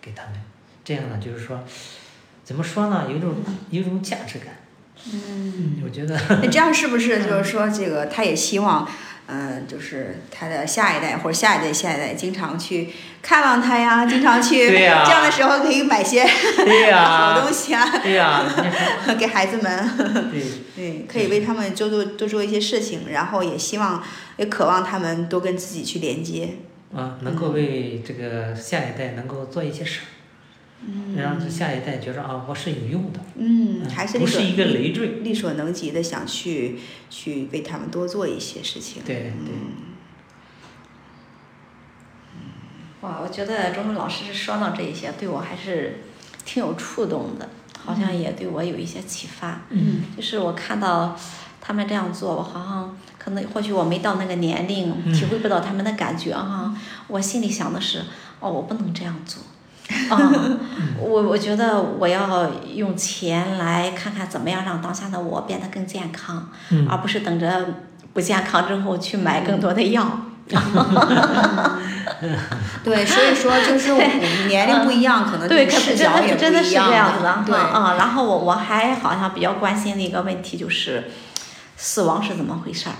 给他们。这样呢，就是说，怎么说呢？有一种有一种价值感。嗯。嗯，我觉 得那这样是不是就是说，这个他也希望，嗯、就是他的下一代或者下一代下一代经常去看望他呀，经常去，对呀这样的时候可以买些对呀、好东西啊，对呀、你 看给孩子们，对，对，可以为他们多做多做一些事情，然后也希望也渴望他们多跟自己去连接。啊，能够为这个下一代能够做一些事儿，让这下一代觉着啊，我是有用的，嗯嗯，还是不力所是一个累赘。力所能及的想去去为他们多做一些事情。对对嗯哇，我觉得钟钟老师说到这一些，对我还是挺有触动的，好像嗯也对我有一些启发。嗯就是我看到他们这样做，我好像可能或许我没到那个年龄，嗯体会不到他们的感觉哈、我心里想的是，哦，我不能这样 做。啊，嗯我我觉得我要用钱来看看怎么样让当下的我变得更健康，嗯而不是等着。不健康之后去买更多的药。对，所以说就是我们年龄不一样，可能对，这可视真角也的不真的一是这样子的对，哈啊。然后我我还好像比较关心的一个问题就是，死亡是怎么回事儿？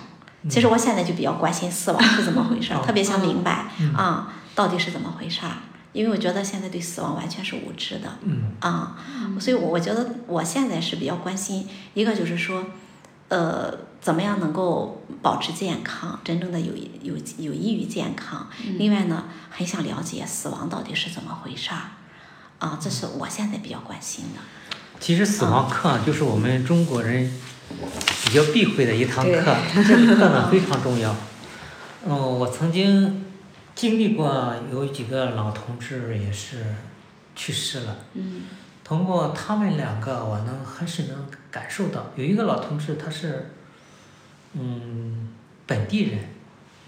其实我现在就比较关心死亡是怎么回事儿，嗯 哦特别想明白嗯啊、到底是怎么回事儿，因为我觉得现在对死亡完全是无知的嗯啊、所以我我觉得我现在是比较关心一个就是说，呃，怎么样能够保持健康，真正的有有有益于健康。另外呢，很想了解死亡到底是怎么回事儿，啊，这是我现在比较关心的。其实死亡课嗯啊就是我们中国人比较避讳的一堂对课，这个课呢非常重要。嗯、我曾经经历过有几个老同志也是去世了，嗯通过他们两个，我能还是能感受到，有一个老同志他是，嗯，本地人，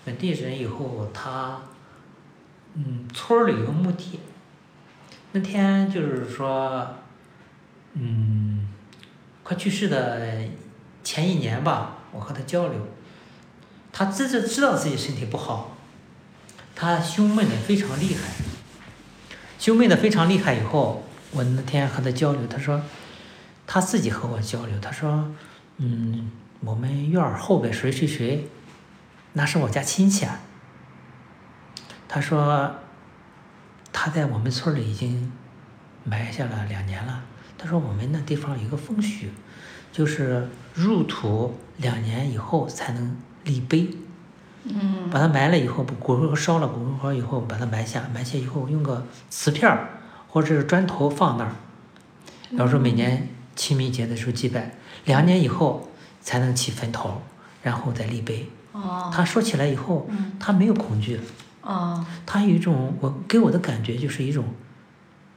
本地人以后他，嗯，村儿里有个墓地，那天就是说，嗯，快去世的前一年吧，我和他交流，他自知知道自己身体不好，他胸闷的非常厉害，胸闷的非常厉害以后，我那天和他交流，他说他自己和我交流，他说，嗯，我们院儿后边谁谁谁，那是我家亲戚啊。他说他在我们村儿里已经埋下了两年了。他说我们那地方有一个风俗，就是入土两年以后才能立碑。嗯把它埋了以后，骨灰盒烧了骨灰盒以后，把它埋下，埋下以后用个瓷片儿或者是砖头放那儿，然后说每年清明节的时候祭拜，两年以后才能起坟头，然后再立碑。哦他说起来以后嗯，他没有恐惧，哦他有一种我给我的感觉就是一种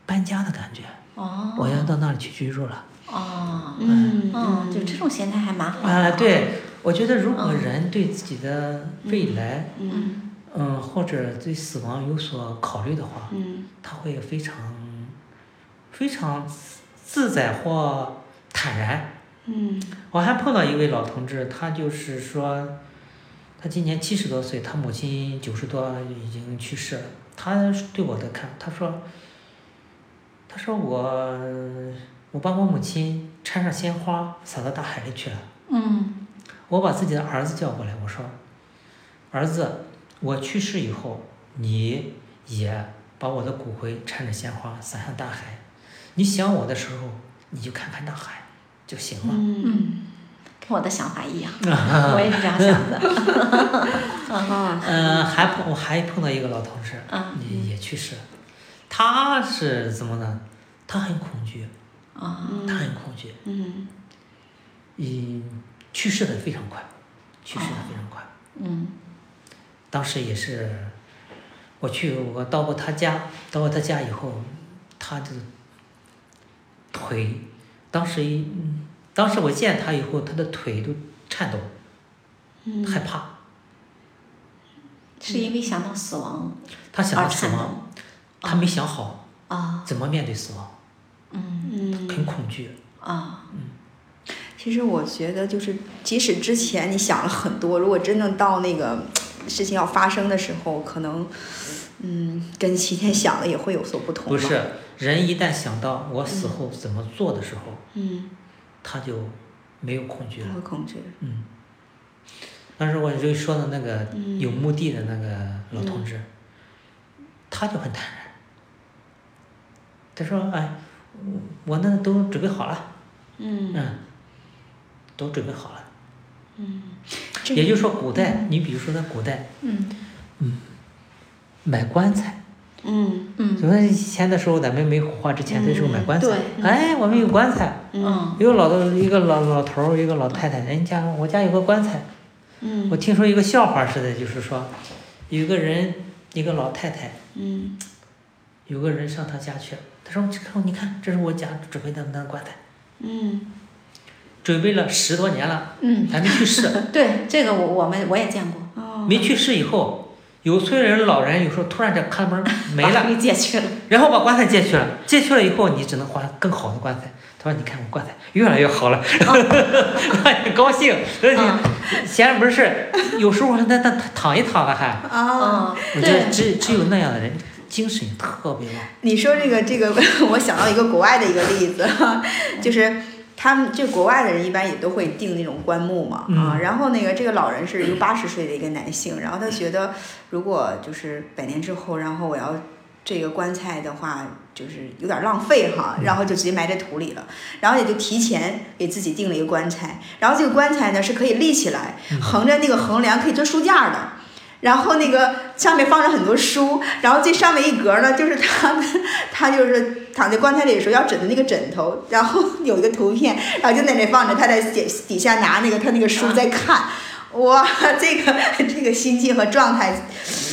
搬家的感觉，哦我要到那里去居住了。哦嗯嗯，就这种心态还蛮好的啊，，对，我觉得如果人对自己的未来，嗯嗯嗯，或者对死亡有所考虑的话，嗯他会非常非常自在或坦然。嗯我还碰到一位老同志，他就是说，他今年七十多岁，他母亲九十多已经去世了。他对我的看，他说，他说我我把我母亲掺上鲜花撒到大海里去了。嗯我把自己的儿子叫过来，我说：“儿子，我去世以后，你也把我的骨灰掺着鲜花撒向大海。你想我的时候，你就看看大海就行了。嗯嗯，跟我的想法一 样，我也是这样想 的。啊呃，还碰我还碰到一个老同事，嗯也也去世，他是怎么呢？他很恐惧，啊他很恐惧，嗯嗯，去世的非常快，去世的非常快。嗯当时也是，我去我到过他家，到过他家以后，他的腿，当时一，嗯当时我见他以后，他的腿都颤抖，嗯害怕，是因为想到死亡他想而到死颤亡，抖他没想好啊怎么面对死亡，嗯嗯很恐惧，啊其实我觉得，就是即使之前你想了很多，如果真正到那个事情要发生的时候，可能，嗯，跟今天想的也会有所不同。不，是人一旦想到我嗯死后怎么做的时候，嗯，他就没有恐惧了。不会恐惧。嗯，当时我就说的那个嗯有墓地的那个老同志，他就很坦然，他说：“哎，我我那都准备好了，嗯嗯，都准备好了。嗯，”这嗯也就是说，古代，你比如说在古代嗯买棺材，嗯嗯就说以前的时候咱们没火化之前的时候买棺材对，哎，我们有棺材，嗯有老头，一个老老头儿，一个老太太，人家我家有个棺材，嗯我听说一个笑话似的，就是说，有个人，一个老太太，嗯有个人上他家去，他说：“你看，你看，这是我家准备的那棺材，嗯准备了十多年了，嗯， 还没去世。对这个我我们我也见过，哦，没去世以后，有催人老人有时候突然这看门儿没把 了，你借去了，然后把棺材借去了，借去了以后你只能换更好的棺材。他说：“你看我棺材越来越好 了， 他也高兴， 嗯而且闲着没事儿，有时候还那那躺一躺了还。啊，嗯，我觉得对，只只有那样的人精神也特别旺。你说这个这个， 我想到一个国外的一个例子，就是他们这国外的人一般也都会订那种棺木嘛、啊，嗯然后那个这个老人是一个八十岁的一个男性，然后他觉得如果就是百年之后，然后我要这个棺材的话。就是有点浪费哈，然后就直接埋在土里了，然后也就提前给自己订了一个棺材，然后这个棺材呢是可以立起来，横着那个横梁可以做书架的，然后那个上面放着很多书，然后最上面一格呢，就是他们， 他就是躺在棺材里的时候要枕的那个枕头，然后有一个图片，然后就在那放着，他在底底下拿那个他那个书在看，哇，这个 这个心境和状态，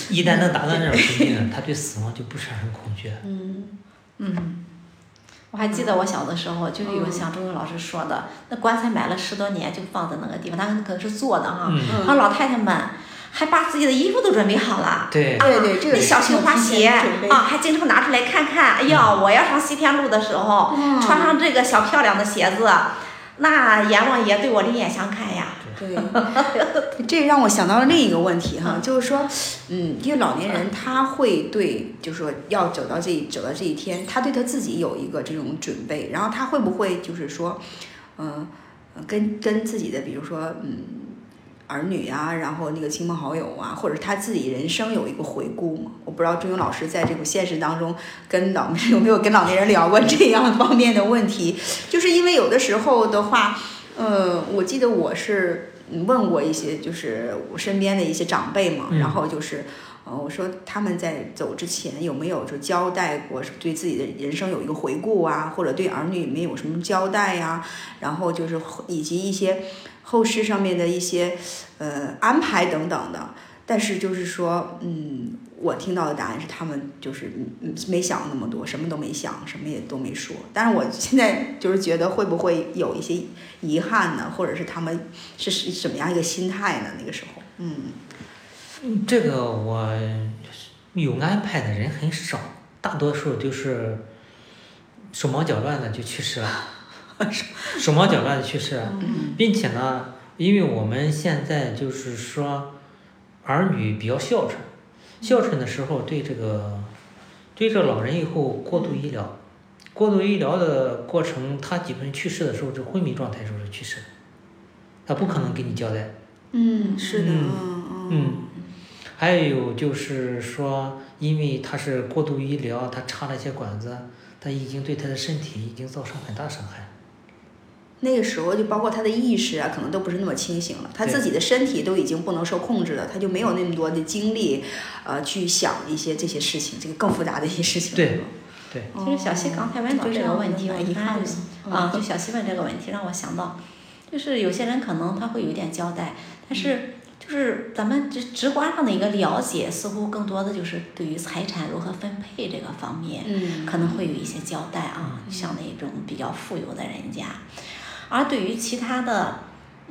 一旦能达到那种境界呢，他对死亡就不产生恐惧了。嗯，我还记得我小的时候，就是有像周勇老师说的，那棺材买了十多年就放在那个地方，它可能是做的啊，嗯，然后老太太们还把自己的衣服都准备好了。对啊对对这个那小是青花提前鞋准备啊，还经常拿出来看看。哎呀，我要上西天路的时候，嗯穿上这个小漂亮的鞋子，那阎王爷对我另眼相看呀。对， 这让我想到了另一个问题哈，就是说，嗯，因为老年人他会对，就是说要走到这一走到这一天，他对他自己有一个这种准备，然后他会不会就是说，嗯、呃，跟跟自己的比如说嗯儿女啊，然后那个亲朋好友啊，或者他自己人生有一个回顾嘛？我不知道朱勇老师在这个现实当中跟老 有没有跟老年人聊过这样方面的问题，就是因为有的时候的话。呃，我记得我是嗯问过一些，就是我身边的一些长辈嘛，嗯然后就是，呃，我说他们在走之前有没有就交代过，是对自己的人生有一个回顾啊，或者对儿女有没有什么交代呀、然后就是后以及一些后事上面的一些呃安排等等的。但是就是说，嗯，我听到的答案是他们就是嗯没想那么多，什么都没想，什么也都没说。但是我现在就是觉得会不会有一些遗憾呢，或者是他们是是什么样一个心态呢？那个时候，嗯这个我有安排的人很少，大多数就是手忙脚乱的就去世了，手忙脚乱的去世了，嗯并且呢，因为我们现在就是说儿女比较孝顺，孝顺的时候对这个对这老人以后过度医疗，过度医疗的过程，他基本去世的时候是昏迷状态时候就去世了，他不可能给你交代。嗯，是的，嗯嗯嗯，还有就是说，因为他是过度医疗，他插了一些管子，他已经对他的身体已经造成很大伤害。那个时候就包括他的意识啊，可能都不是那么清醒了，他对自己的身体都已经不能受控制了，他就没有那么多的精力，呃，去想一些这些事情，这个更复杂的一些事情。对，对哦，其实小西刚才问到对这个问题，我我遗一憾嗯看呢啊，就小西问这个问题，让我想到，就是有些人可能他会有一点交代，但嗯是就是咱们直直观上的一个了解，似乎更多的就是对于财产如何分配这个方面，嗯可能会有一些交代啊，像那种比较富有的人家，而对于其他的。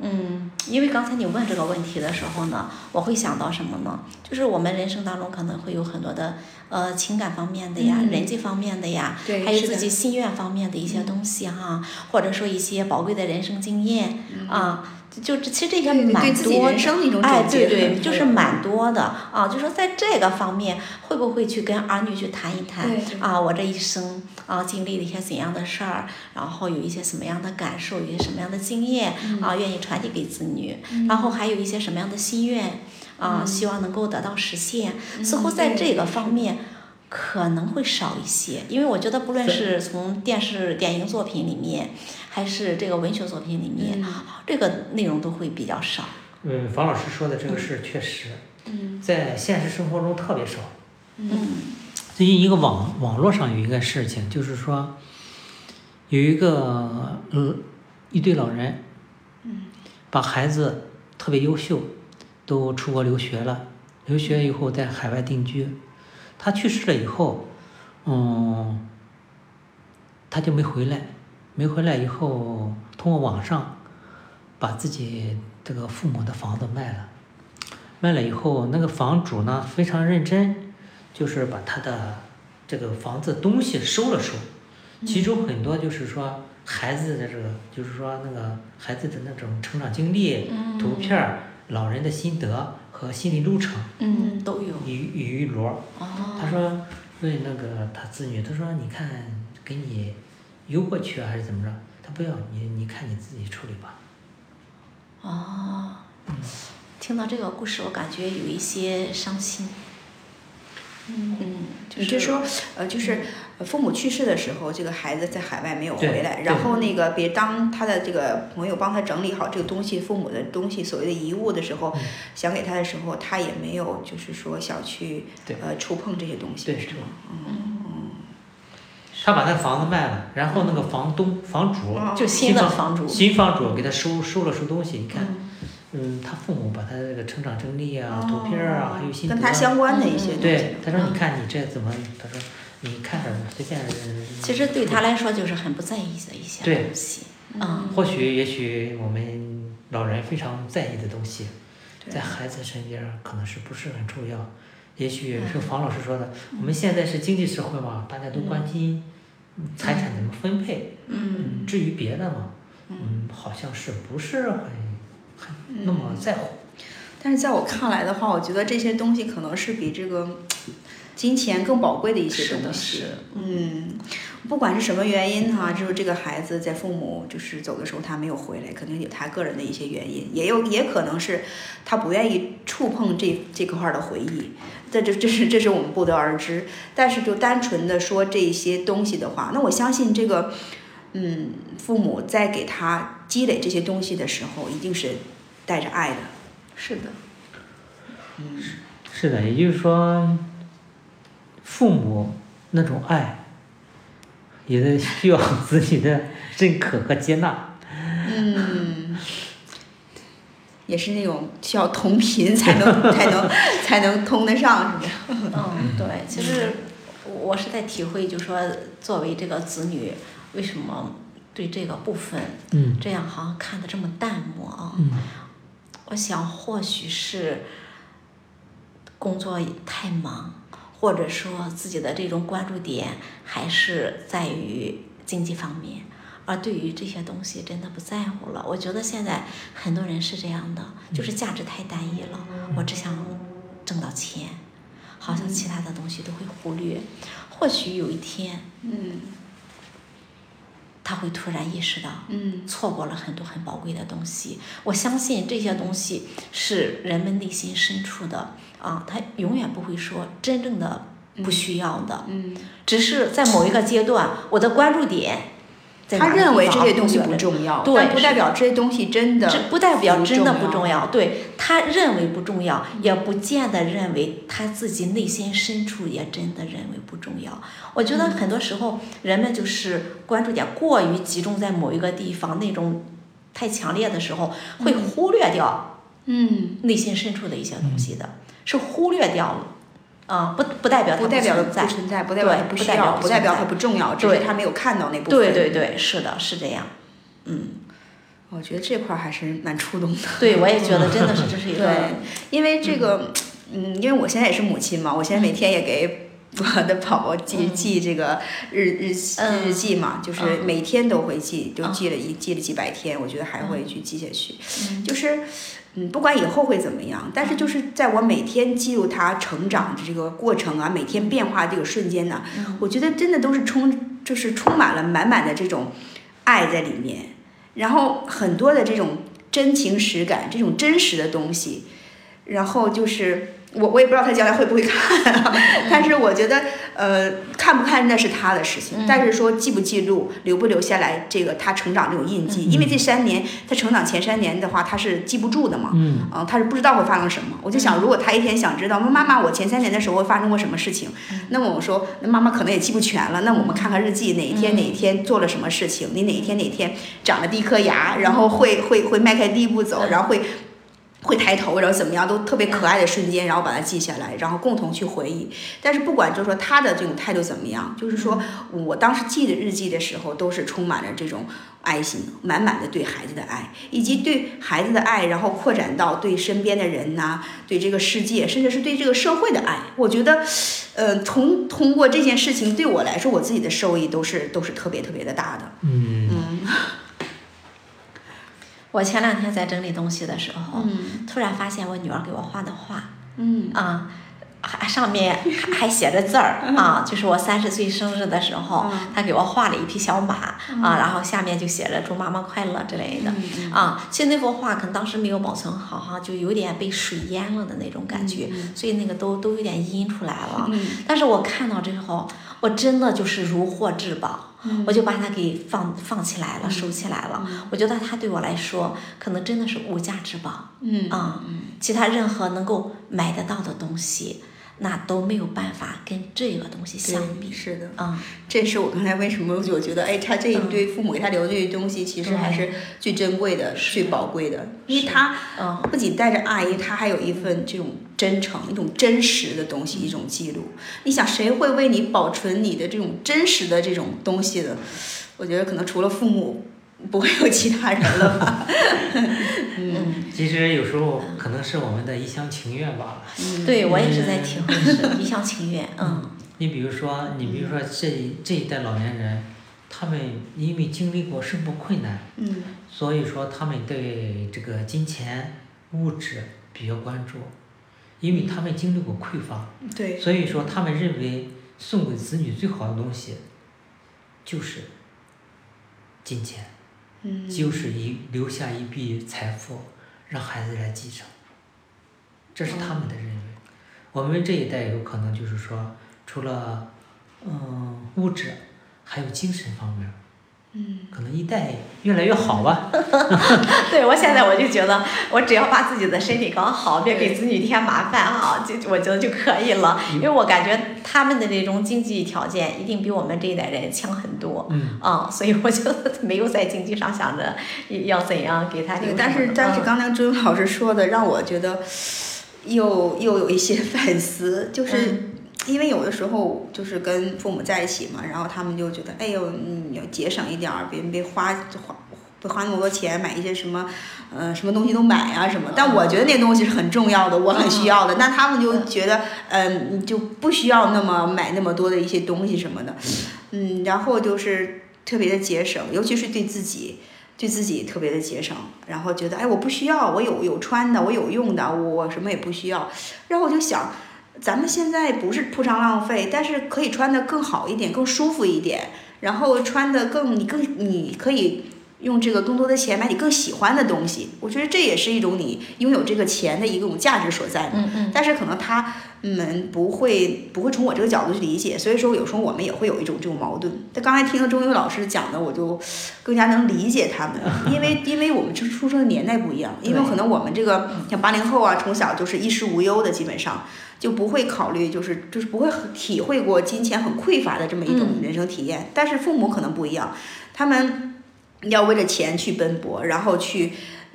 嗯，因为刚才你问这个问题的时候呢，我会想到什么呢？就是我们人生当中可能会有很多的呃情感方面的呀、嗯人际方面的呀，对还有是的嗯自己心愿方面的一些东西哈、或者说一些宝贵的人生经验、啊，就就这其实这嗯些对对蛮自己多人的。生的一种哎，总结对对，嗯就是蛮多的啊，就说在这个方面，会不会去跟儿女去谈一谈对对啊？我这一生啊经历了一些怎样的事儿，然后有一些什么样的感受，有一些什么样的经验、嗯啊，愿意传递给子女，然后还有一些什么样的心愿啊，嗯希望能够得到实现。似乎在对这个方面。可能会少一些，因为我觉得不论是从电视、电影作品里面，还是这个文学作品里面，嗯这个内容都会比较少。嗯，房老师说的这个事确实，嗯在现实生活中特别少。嗯最近一个网网络上有一个事情，就是说有一个呃一对老人，嗯把孩子特别优秀，都出国留学了，留学以后在海外定居，他去世了以后，嗯，他就没回来，没回来以后，通过网上把自己这个父母的房子卖了，卖了以后，那个房主呢非常认真，就是把他的这个房子东西收了收，其中很多就是说孩子的这个，就是说那个孩子的那种成长经历、图片儿、老人的心得和心理路程，嗯，都有一一摞儿。哦，他说问那个他子女，他说你看给你邮过去啊，还是怎么着？他不要你，你看你自己处理吧。哦，听到这个故事，我感觉有一些伤心。嗯嗯，就你是是说，呃，就是呃父母去世的时候，这个孩子在海外没有对回来，对然后那个别当他的这个朋友帮他整理好这个东西，父母的东西，所谓的遗物的时候，嗯想给他的时候，他也没有就是说想去对呃触碰这些东西，对是吗？嗯他把那个房子卖了，然后那个房东、房主、哦就新的房主，新房主给他收收了收东西，你看，嗯，他父母把他这个成长经历啊、图片儿啊，还有心得哦跟啊，他相关的一些嗯东西，对，他说嗯你看你这怎么？他说你看着随便。呃其实对他来说就是很不在意的一些对东西。嗯或许也许我们老人非常在意的东西，对在孩子身边儿可能是不是很重要？也许是房老师说的，我们现在是经济社会嘛，大家都关心财产怎么分配。嗯嗯，至于别的嘛，嗯，好像是不是很很那么在乎？但是在我看来的话，我觉得这些东西可能是比这个金钱更宝贵的一些是的东西是。嗯，不管是什么原因哈、就是这个孩子在父母就是走的时候他没有回来，肯定有他个人的一些原因，也有也可能是他不愿意触碰这这块儿的回忆。这这这是这是我们不得而知。但是就单纯的说这些东西的话，那我相信这个，嗯，父母在给他积累这些东西的时候，一定是带着爱的。是的，是的，也就是说，父母那种爱，也得需要 子女的认可和接纳。嗯，也是那种需要同频才能 才能才能通得上，是吧？嗯，对，其实我是在体会，就说作为这个子女，为什么对这个部分嗯这样好像看得这么淡漠啊？嗯我想或许是工作太忙，或者说自己的这种关注点还是在于经济方面，而对于这些东西真的不在乎了。我觉得现在很多人是这样的，就是价值太单一了，我只想挣到钱，好像其他的东西都会忽略。或许有一天嗯他会突然意识到，嗯错过了很多很宝贵的东西。我相信这些东西是人们内心深处的啊，他永远不会说真正的不需要的，嗯，只是在某一个阶段，我的关注点在哪他个地认方为这些东西忽不略了重要，对但不代表这些东西真的这不代表真的不重要。要，对他认为不重要，也不见得认为他自己内心深处也真的认为不重要。我觉得嗯很多时候人们就是关注点过于集中在某一个地方，那种太强烈的时候，会忽略掉嗯，内心深处的一些东西的，是忽略掉了，啊、不不代表它不代表存在不，存在，不代表它对不不需代表要，不不代表它存在不重要，只对是他没有看到那部分。对对，对，是的，是这样，嗯，我觉得这块儿还是蛮触动的。对我也觉得真的是这是一个， 对，因为这个，嗯，因为我现在也是母亲嘛，我现在每天也给我的宝宝记、嗯记这个日日嗯日记嘛，就是嗯每天都会记，就嗯记了一记了几百天，我觉得还会去记下去。嗯就是，嗯，不管以后会怎么样，但是就是在我每天记录他成长的这个过程啊，每天变化这个瞬间呢、嗯我觉得真的都是充，就是充满了满满的这种爱在里面，然后很多的这种真情实感，这种真实的东西，然后就是我我也不知道他将来会不会看、啊，嗯 但是我觉得呃看不看那是他的事情，嗯但是说记不记录，留不留下来这个他成长这种印记，嗯因为这三年他成长前三年的话，他是记不住的嘛。嗯，嗯，他是不知道会发生什么。我就想，如果他一天想知道，妈妈，我前三年的时候发生过什么事情，那么我说，那妈妈可能也记不全了。那我们看看日记，哪一天哪一天做了什么事情，你哪一天哪一天长了第一颗牙，然后会会会迈开第一步走，然后会会抬头，然后怎么样都特别可爱的瞬间，然后把它记下来，然后共同去回忆。但是不管就是说他的这种态度怎么样，就是说我当时记的日记的时候，都是充满了这种爱心，满满的对孩子的爱，以及对孩子的爱，然后扩展到对身边的人呐、对这个世界，甚至是对这个社会的爱。我觉得，呃，从通过这件事情对我来说，我自己的受益都是都是特别特别的大的。嗯，我前两天在整理东西的时候，嗯突然发现我女儿给我画的画，嗯啊，还上面还还写着字儿啊，就是我三十岁生日的时候嗯，她给我画了一匹小马啊，然后下面就写着“祝妈妈快乐”之类嗯的啊。其实那幅画可能当时没有保存好哈，就有点被水淹了的那种感嗯觉，所以那个都都有点阴出来了。但是我看到之后，我真的就是如获至宝。嗯我就把它给放放起来了，收起来了。我觉得它对我来说，可能真的是无价之宝。嗯啊、其他任何能够买得到的东西，那都没有办法跟这个东西相比。是的。啊、这是我刚才为什么我觉得，哎，他这一对父母给他留这些东西，其实还是最珍贵的、最宝贵的，因为他呃嗯不仅带着爱，因为他还有一份这种真诚、一种真实的东西，一种记录。你想，谁会为你保存你的这种真实的这种东西的？我觉得可能除了父母，不会有其他人了吧。嗯其实有时候可能是我们的一厢情愿吧。嗯对我也是在体会是一厢情愿。嗯，你比如说，你比如说这一这一代老年人，他们因为经历过生活困难，嗯所以说他们对这个金钱、物质比较关注，因为他们经历过匮乏，对，所以说他们认为送给子女最好的东西就是金钱，嗯就是一留下一笔财富让孩子来继承，这是他们的认为。我们这一代有可能就是说，除了嗯物质，还有精神方面，嗯，可能一代越来越好吧。 对我现在我就觉得，我只要把自己的身体搞好，别给子女添麻烦啊，就我觉得就可以了。嗯因为我感觉他们的这种经济条件一定比我们这一代人强很多。嗯，啊、所以我觉得没有在经济上想着要怎样给他留对，什么。但是但是嗯刚才朱老师说的，让我觉得又又有一些 反思，就是嗯因为有的时候就是跟父母在一起嘛，然后他们就觉得，哎呦，你要节省一点儿，别别花花。别花那么多钱买一些什么，呃，什么东西都买啊什么，但我觉得那东西是很重要的，我很需要的。那他们就觉得，嗯、你就不需要那么买那么多的一些东西什么的，嗯，然后就是特别的节省，尤其是对自己，对自己特别的节省，然后觉得哎，我不需要，我有有穿的，我有用的，我我什么也不需要。然后我就想，咱们现在不是铺张浪费，但是可以穿的更好一点，更舒服一点，然后穿的更你更你可以。用这个更多的钱买你更喜欢的东西，我觉得这也是一种你拥有这个钱的一种价值所在嘛。嗯嗯但是可能他们不会不会从我这个角度去理解，所以说有时候我们也会有一种这种矛盾。但刚才听了钟英老师讲的，我就更加能理解他们，因为因为我们出出生的年代不一样，因为对可能我们这个像八零后啊，从小就是衣食无忧的，基本上就不会考虑，就是就是不会很体会过金钱很匮乏的这么一种嗯人生体验。但是父母可能不一样，他们要为了钱去奔波，然后去。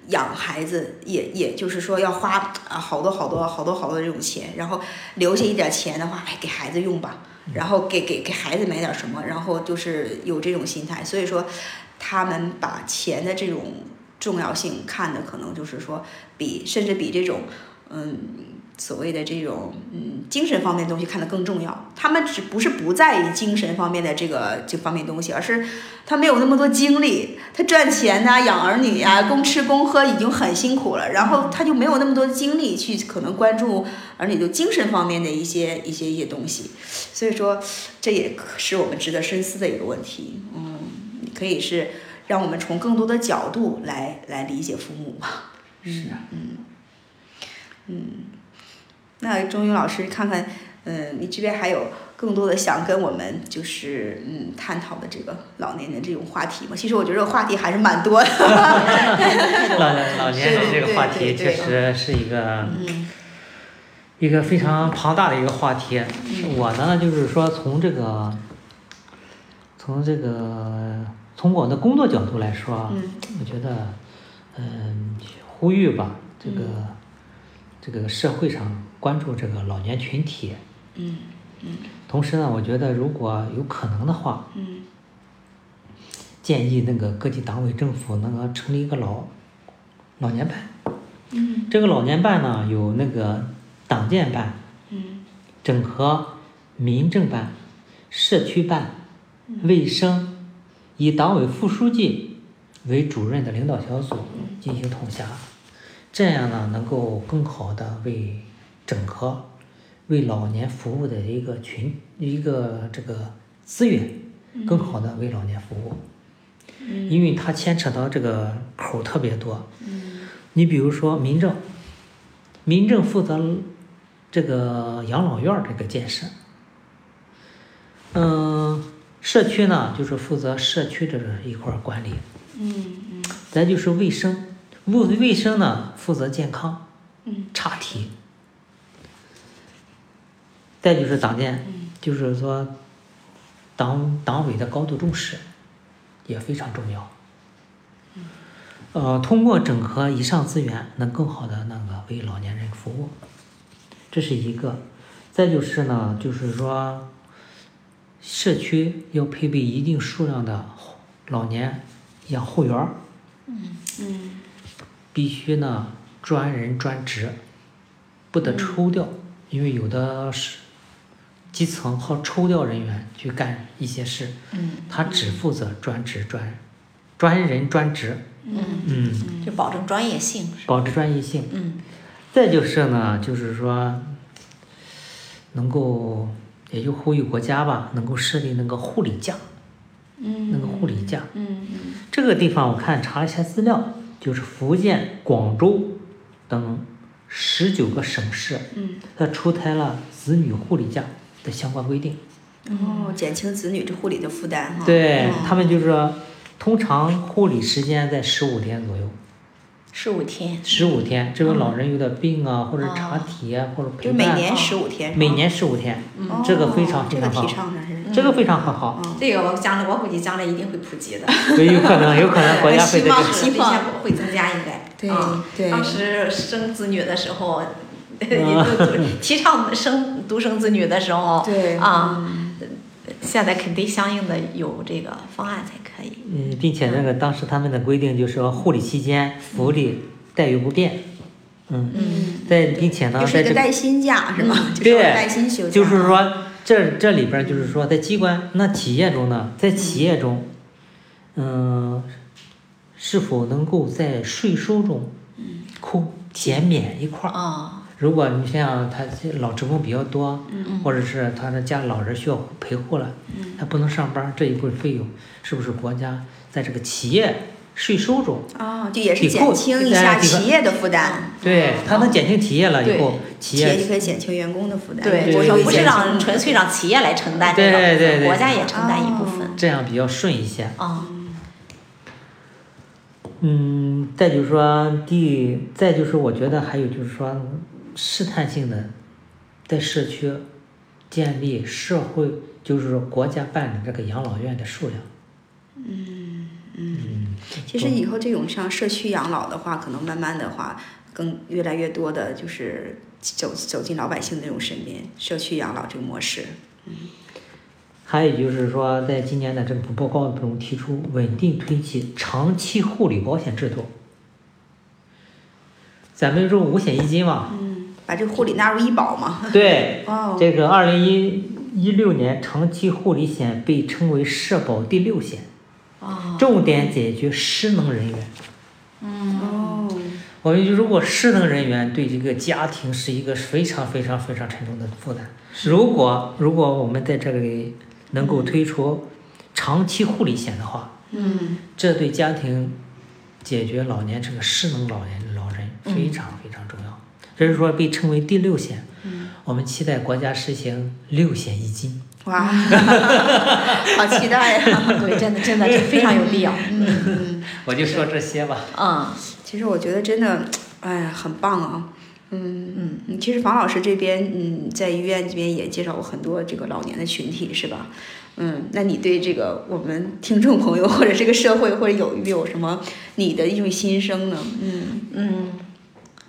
养孩子也也就是说要花啊好多好多好多好多这种钱，然后留下一点钱的话，哎给孩子用吧，然后给给给孩子买点什么，然后就是有这种心态，所以说他们把钱的这种重要性看的可能就是说比甚至比这种嗯所谓的这种嗯精神方面的东西看得更重要。他们只不是不在意精神方面的这个这方面东西，而是他没有那么多精力，他赚钱呐、养儿女呀、供吃供喝已经很辛苦了，然后他就没有那么多精力去可能关注儿女的精神方面的一些一些一些东西。所以说，这也是我们值得深思的一个问题。嗯，可以是让我们从更多的角度来来理解父母。是啊，那钟宇老师，看看，嗯，你这边还有更多的想跟我们就是嗯探讨的这个老年人这种话题吗？其实我觉得这个话题还是蛮多的。老年老年人这个话对题对对嗯确实是一个一个非常庞大的一个话题。我呢，就是说从这个从这个从我的工作角度来说啊，嗯我觉得嗯呼吁吧，这个、这个社会上关注这个老年群体。嗯嗯同时呢，我觉得如果有可能的话，嗯建议那个各地党委政府能够成立一个老老年办。嗯这个老年办呢，有那个党建办、嗯整合民政办、社区办、卫生，以党委副书记为主任的领导小组进行统辖，这样呢，能够更好的为整合、为老年服务的一个群一个这个资源，更好的为老年服务。嗯因为它牵扯到这个口儿特别多。嗯你比如说民政，民政负责这个养老院儿这个建设。嗯，社区呢就是负责社区这一块儿管理，嗯咱就是卫生，卫卫生呢负责健康，嗯，查体。再就是党建，嗯就是说党党委的高度重视也非常重要。呃，通过整合以上资源，能更好的那个为老年人服务，这是一个。再就是呢，就是说，社区要配备一定数量的老年养护员儿，嗯必须呢专人专职，不嗯得抽调，因为有的是基层好抽调人员去干一些事，嗯他只负责专职专专人专职，嗯，嗯，就保证专业性。保持专业性。嗯再就是呢，就是说能够也就呼吁国家吧，能够设立那个护理假，嗯那个护理假，嗯嗯这个地方我看查了一下资料，就是福建、广州等十九个省市，嗯，它出台了子女护理假的相关规定。哦，减轻子女这护理的负担哈。哦对嗯他们就是说，通常护理时间在十五天左右，十五天。十五天，这个老人有点病啊，或者查体啊，或者嗯哦就陪是每伴，年哦十五天，每年十五天，哦这个非常这非个常提好，倡的是。嗯这个非常很好，这个我将来我估计将来一定会普及的，所以有可能有可能国家会希对这望个。希望会增加应该。对啊嗯对当时生子女的时 候，提倡生独生子女的时候，对啊，嗯现在肯定相应的有这个方案才可以。嗯，并且那个当时他们的规定就是说，护理期嗯间福利待遇不变，嗯，嗯在并且呢就，是在一这个个嗯带薪假是吗？就是对带薪休假。就是说这这里边儿就是说在机关那企业中呢，在企业中，嗯、是否能够在税收中嗯扣减免一块儿？啊，如果你像他这老职工比较多，或者是他的家老人需要陪护了，他不能上班儿，这一部分费用是不是国家在这个企业税收中哦，就也是抵减扣轻给一大下家抵扣企业的负担，对，它能减轻企业了以后，哎企企业业就可以减轻员工的负担。对，国家对就会不是减轻让纯粹让企业来承担这个，对对哦对国家也承担一部分。这样比较顺一些。啊，嗯，再就是说第，再就是我觉得还有就是说试探性的在社区建立社会，就是说国家办理这个养老院的数量。其实以后这种像社区养老的话，可能慢慢的话，更越来越多的就是走走进老百姓那种身边，社区养老这个模式。还有就是说，在今年的政府报告中提出稳定推进长期护理保险制度。咱们说五险一 金嘛，嗯，把这个护理纳入医保嘛。对，哦，这个二零一一六年长期护理险被称为社保第六险，哦，重点解决失能人员。嗯哦，我们如果失能人员对这个家庭是一个非常非常非常沉重的负担。如果如果我们在这里能够推出长期护理险的话，嗯，这对家庭解决老年这个失能老年老人非常非常重要。这是说被称为第六险。我们期待国家实行六险一金。哇，好期待呀、啊 对，真的真的这非常有必要。嗯，我就说这些吧。嗯其实我觉得真的，哎呀，很棒啊。嗯嗯嗯，其实房老师这边，嗯，在医院这边也介绍过很多这个老年的群体，是吧？嗯，那你对这个我们听众朋友或者这个社会或者有有什么你的一种心声呢？嗯嗯，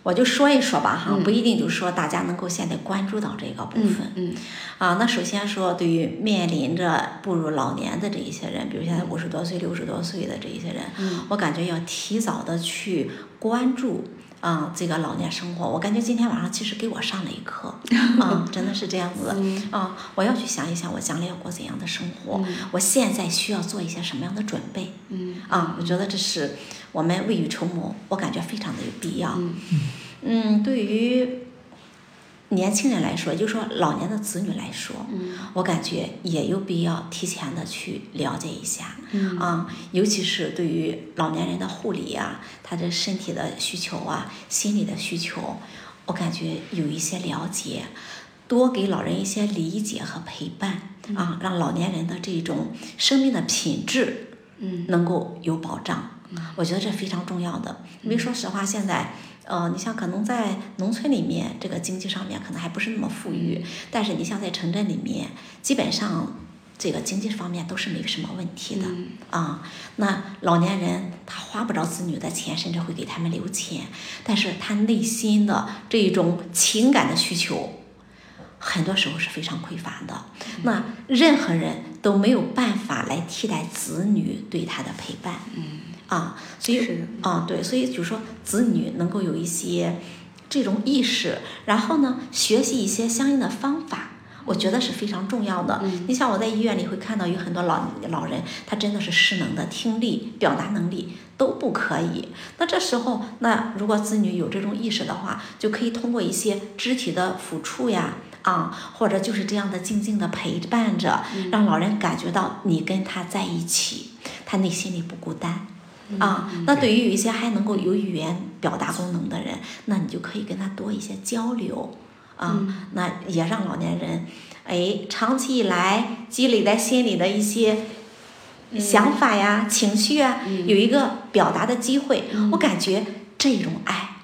我就说一说吧哈，嗯不一定就说大家能够现在关注到这个部分。嗯啊，那首先说，对于面临着步入老年的这一些人，比如现在嗯五十多岁、六十多岁的这一些人，我感觉要提早的去关注。啊、这个老年生活，我感觉今天晚上其实给我上了 一课，啊、真的是这样子，啊、嗯我要去想一想我将来要过怎样的生活，我现在需要做一些什么样的准备，嗯，啊、我觉得这是我们未雨绸缪，我感觉非常的有必要，嗯嗯，对于年轻人来说，也就是说老年的子女来说，嗯我感觉也有必要提前的去了解一下，嗯啊，尤其是对于老年人的护理啊，他的身体的需求啊，心理的需求，我感觉有一些了解，多给老人一些理解和陪伴嗯啊，让老年人的这种生命的品质，嗯，能够有保障。我觉得这非常重要的，因为说实话，现在，呃，你像可能在农村里面，这个经济上面可能还不是那么富裕，但是你像在城镇里面，基本上这个经济方面都是没什么问题的啊、那老年人他花不着子女的钱，甚至会给他们留钱，但是他内心的这一种情感的需求，很多时候是非常匮乏的。那任何人都没有办法来替代子女对他的陪伴。嗯啊，所以是的啊，对，所以就是说子女能够有一些这种意识，然后呢，学习一些相应的方法。我觉得是非常重要的。你像我在医院里会看到有很多老老人，他真的是失能的，听力、表达能力都不可以。那这时候，那如果子女有这种意识的话，就可以通过一些肢体的抚触呀，啊，或者就是这样的静静的陪伴着，让老人感觉到你跟他在一起，他内心里不孤单。嗯啊，那对于有一些还能够有语言表达功能的人，那你就可以跟他多一些交流，啊，那也让老年人，哎，长期以来积累在心里的一些嗯嗯想法呀、情绪啊，有一个表达的机会。我感觉这种爱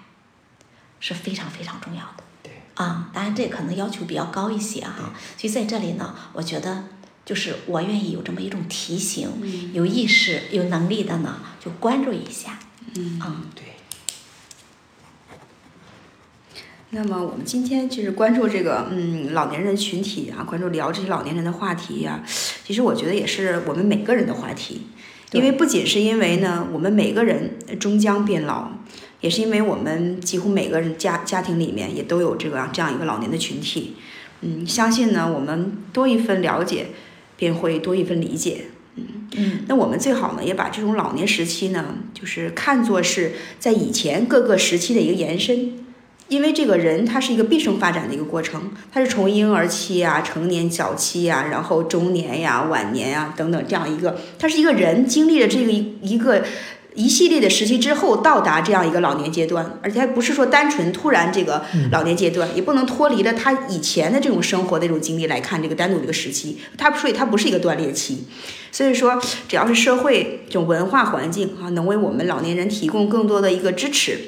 是非常非常重要的。对啊，当然这可能要求比较高一些啊，所以在这里呢，我觉得就是我愿意有这么一种提醒，有意识、有能力的呢，就关注一下。嗯对，那么我们今天就是关注这个嗯老年人群体啊，关注聊这些老年人的话题呀、其实我觉得也是我们每个人的话题，对因为不仅是因为呢我们每个人终将变老，也是因为我们几乎每个人家家庭里面也都有这个啊这样一个老年的群体。嗯，相信呢我们多一份了解，便会多一份理解。嗯，那我们最好呢，也把这种老年时期呢，就是看作是在以前各个时期的一个延伸，因为这个人他是一个毕生发展的一个过程，他是从婴儿期啊、成年早期啊，然后中年呀、晚年呀等等这样一个，他是一个人经历了这个一一个。一系列的时期之后，到达这样一个老年阶段，而且还不是说单纯突然这个老年阶段，也不能脱离了他以前的这种生活的这种经历来看这个单独的一个时期，他所以它不是一个断裂期，所以说只要是社会这种文化环境啊，能为我们老年人提供更多的一个支持、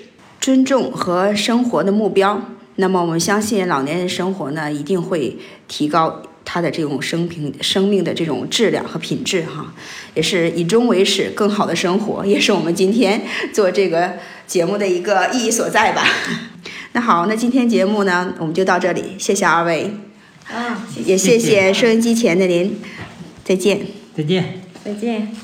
尊重和生活的目标，那么我们相信老年人生活呢一定会提高他的这种生平生命的这种质量和品质哈，也是以终为始，更好的生活， 也是我们今天做这个节目的一个意义所在吧。 那好，那今天节目呢我们就到这里，谢谢二位，啊，也谢谢谢谢收音机前的您，再见。再见。再见。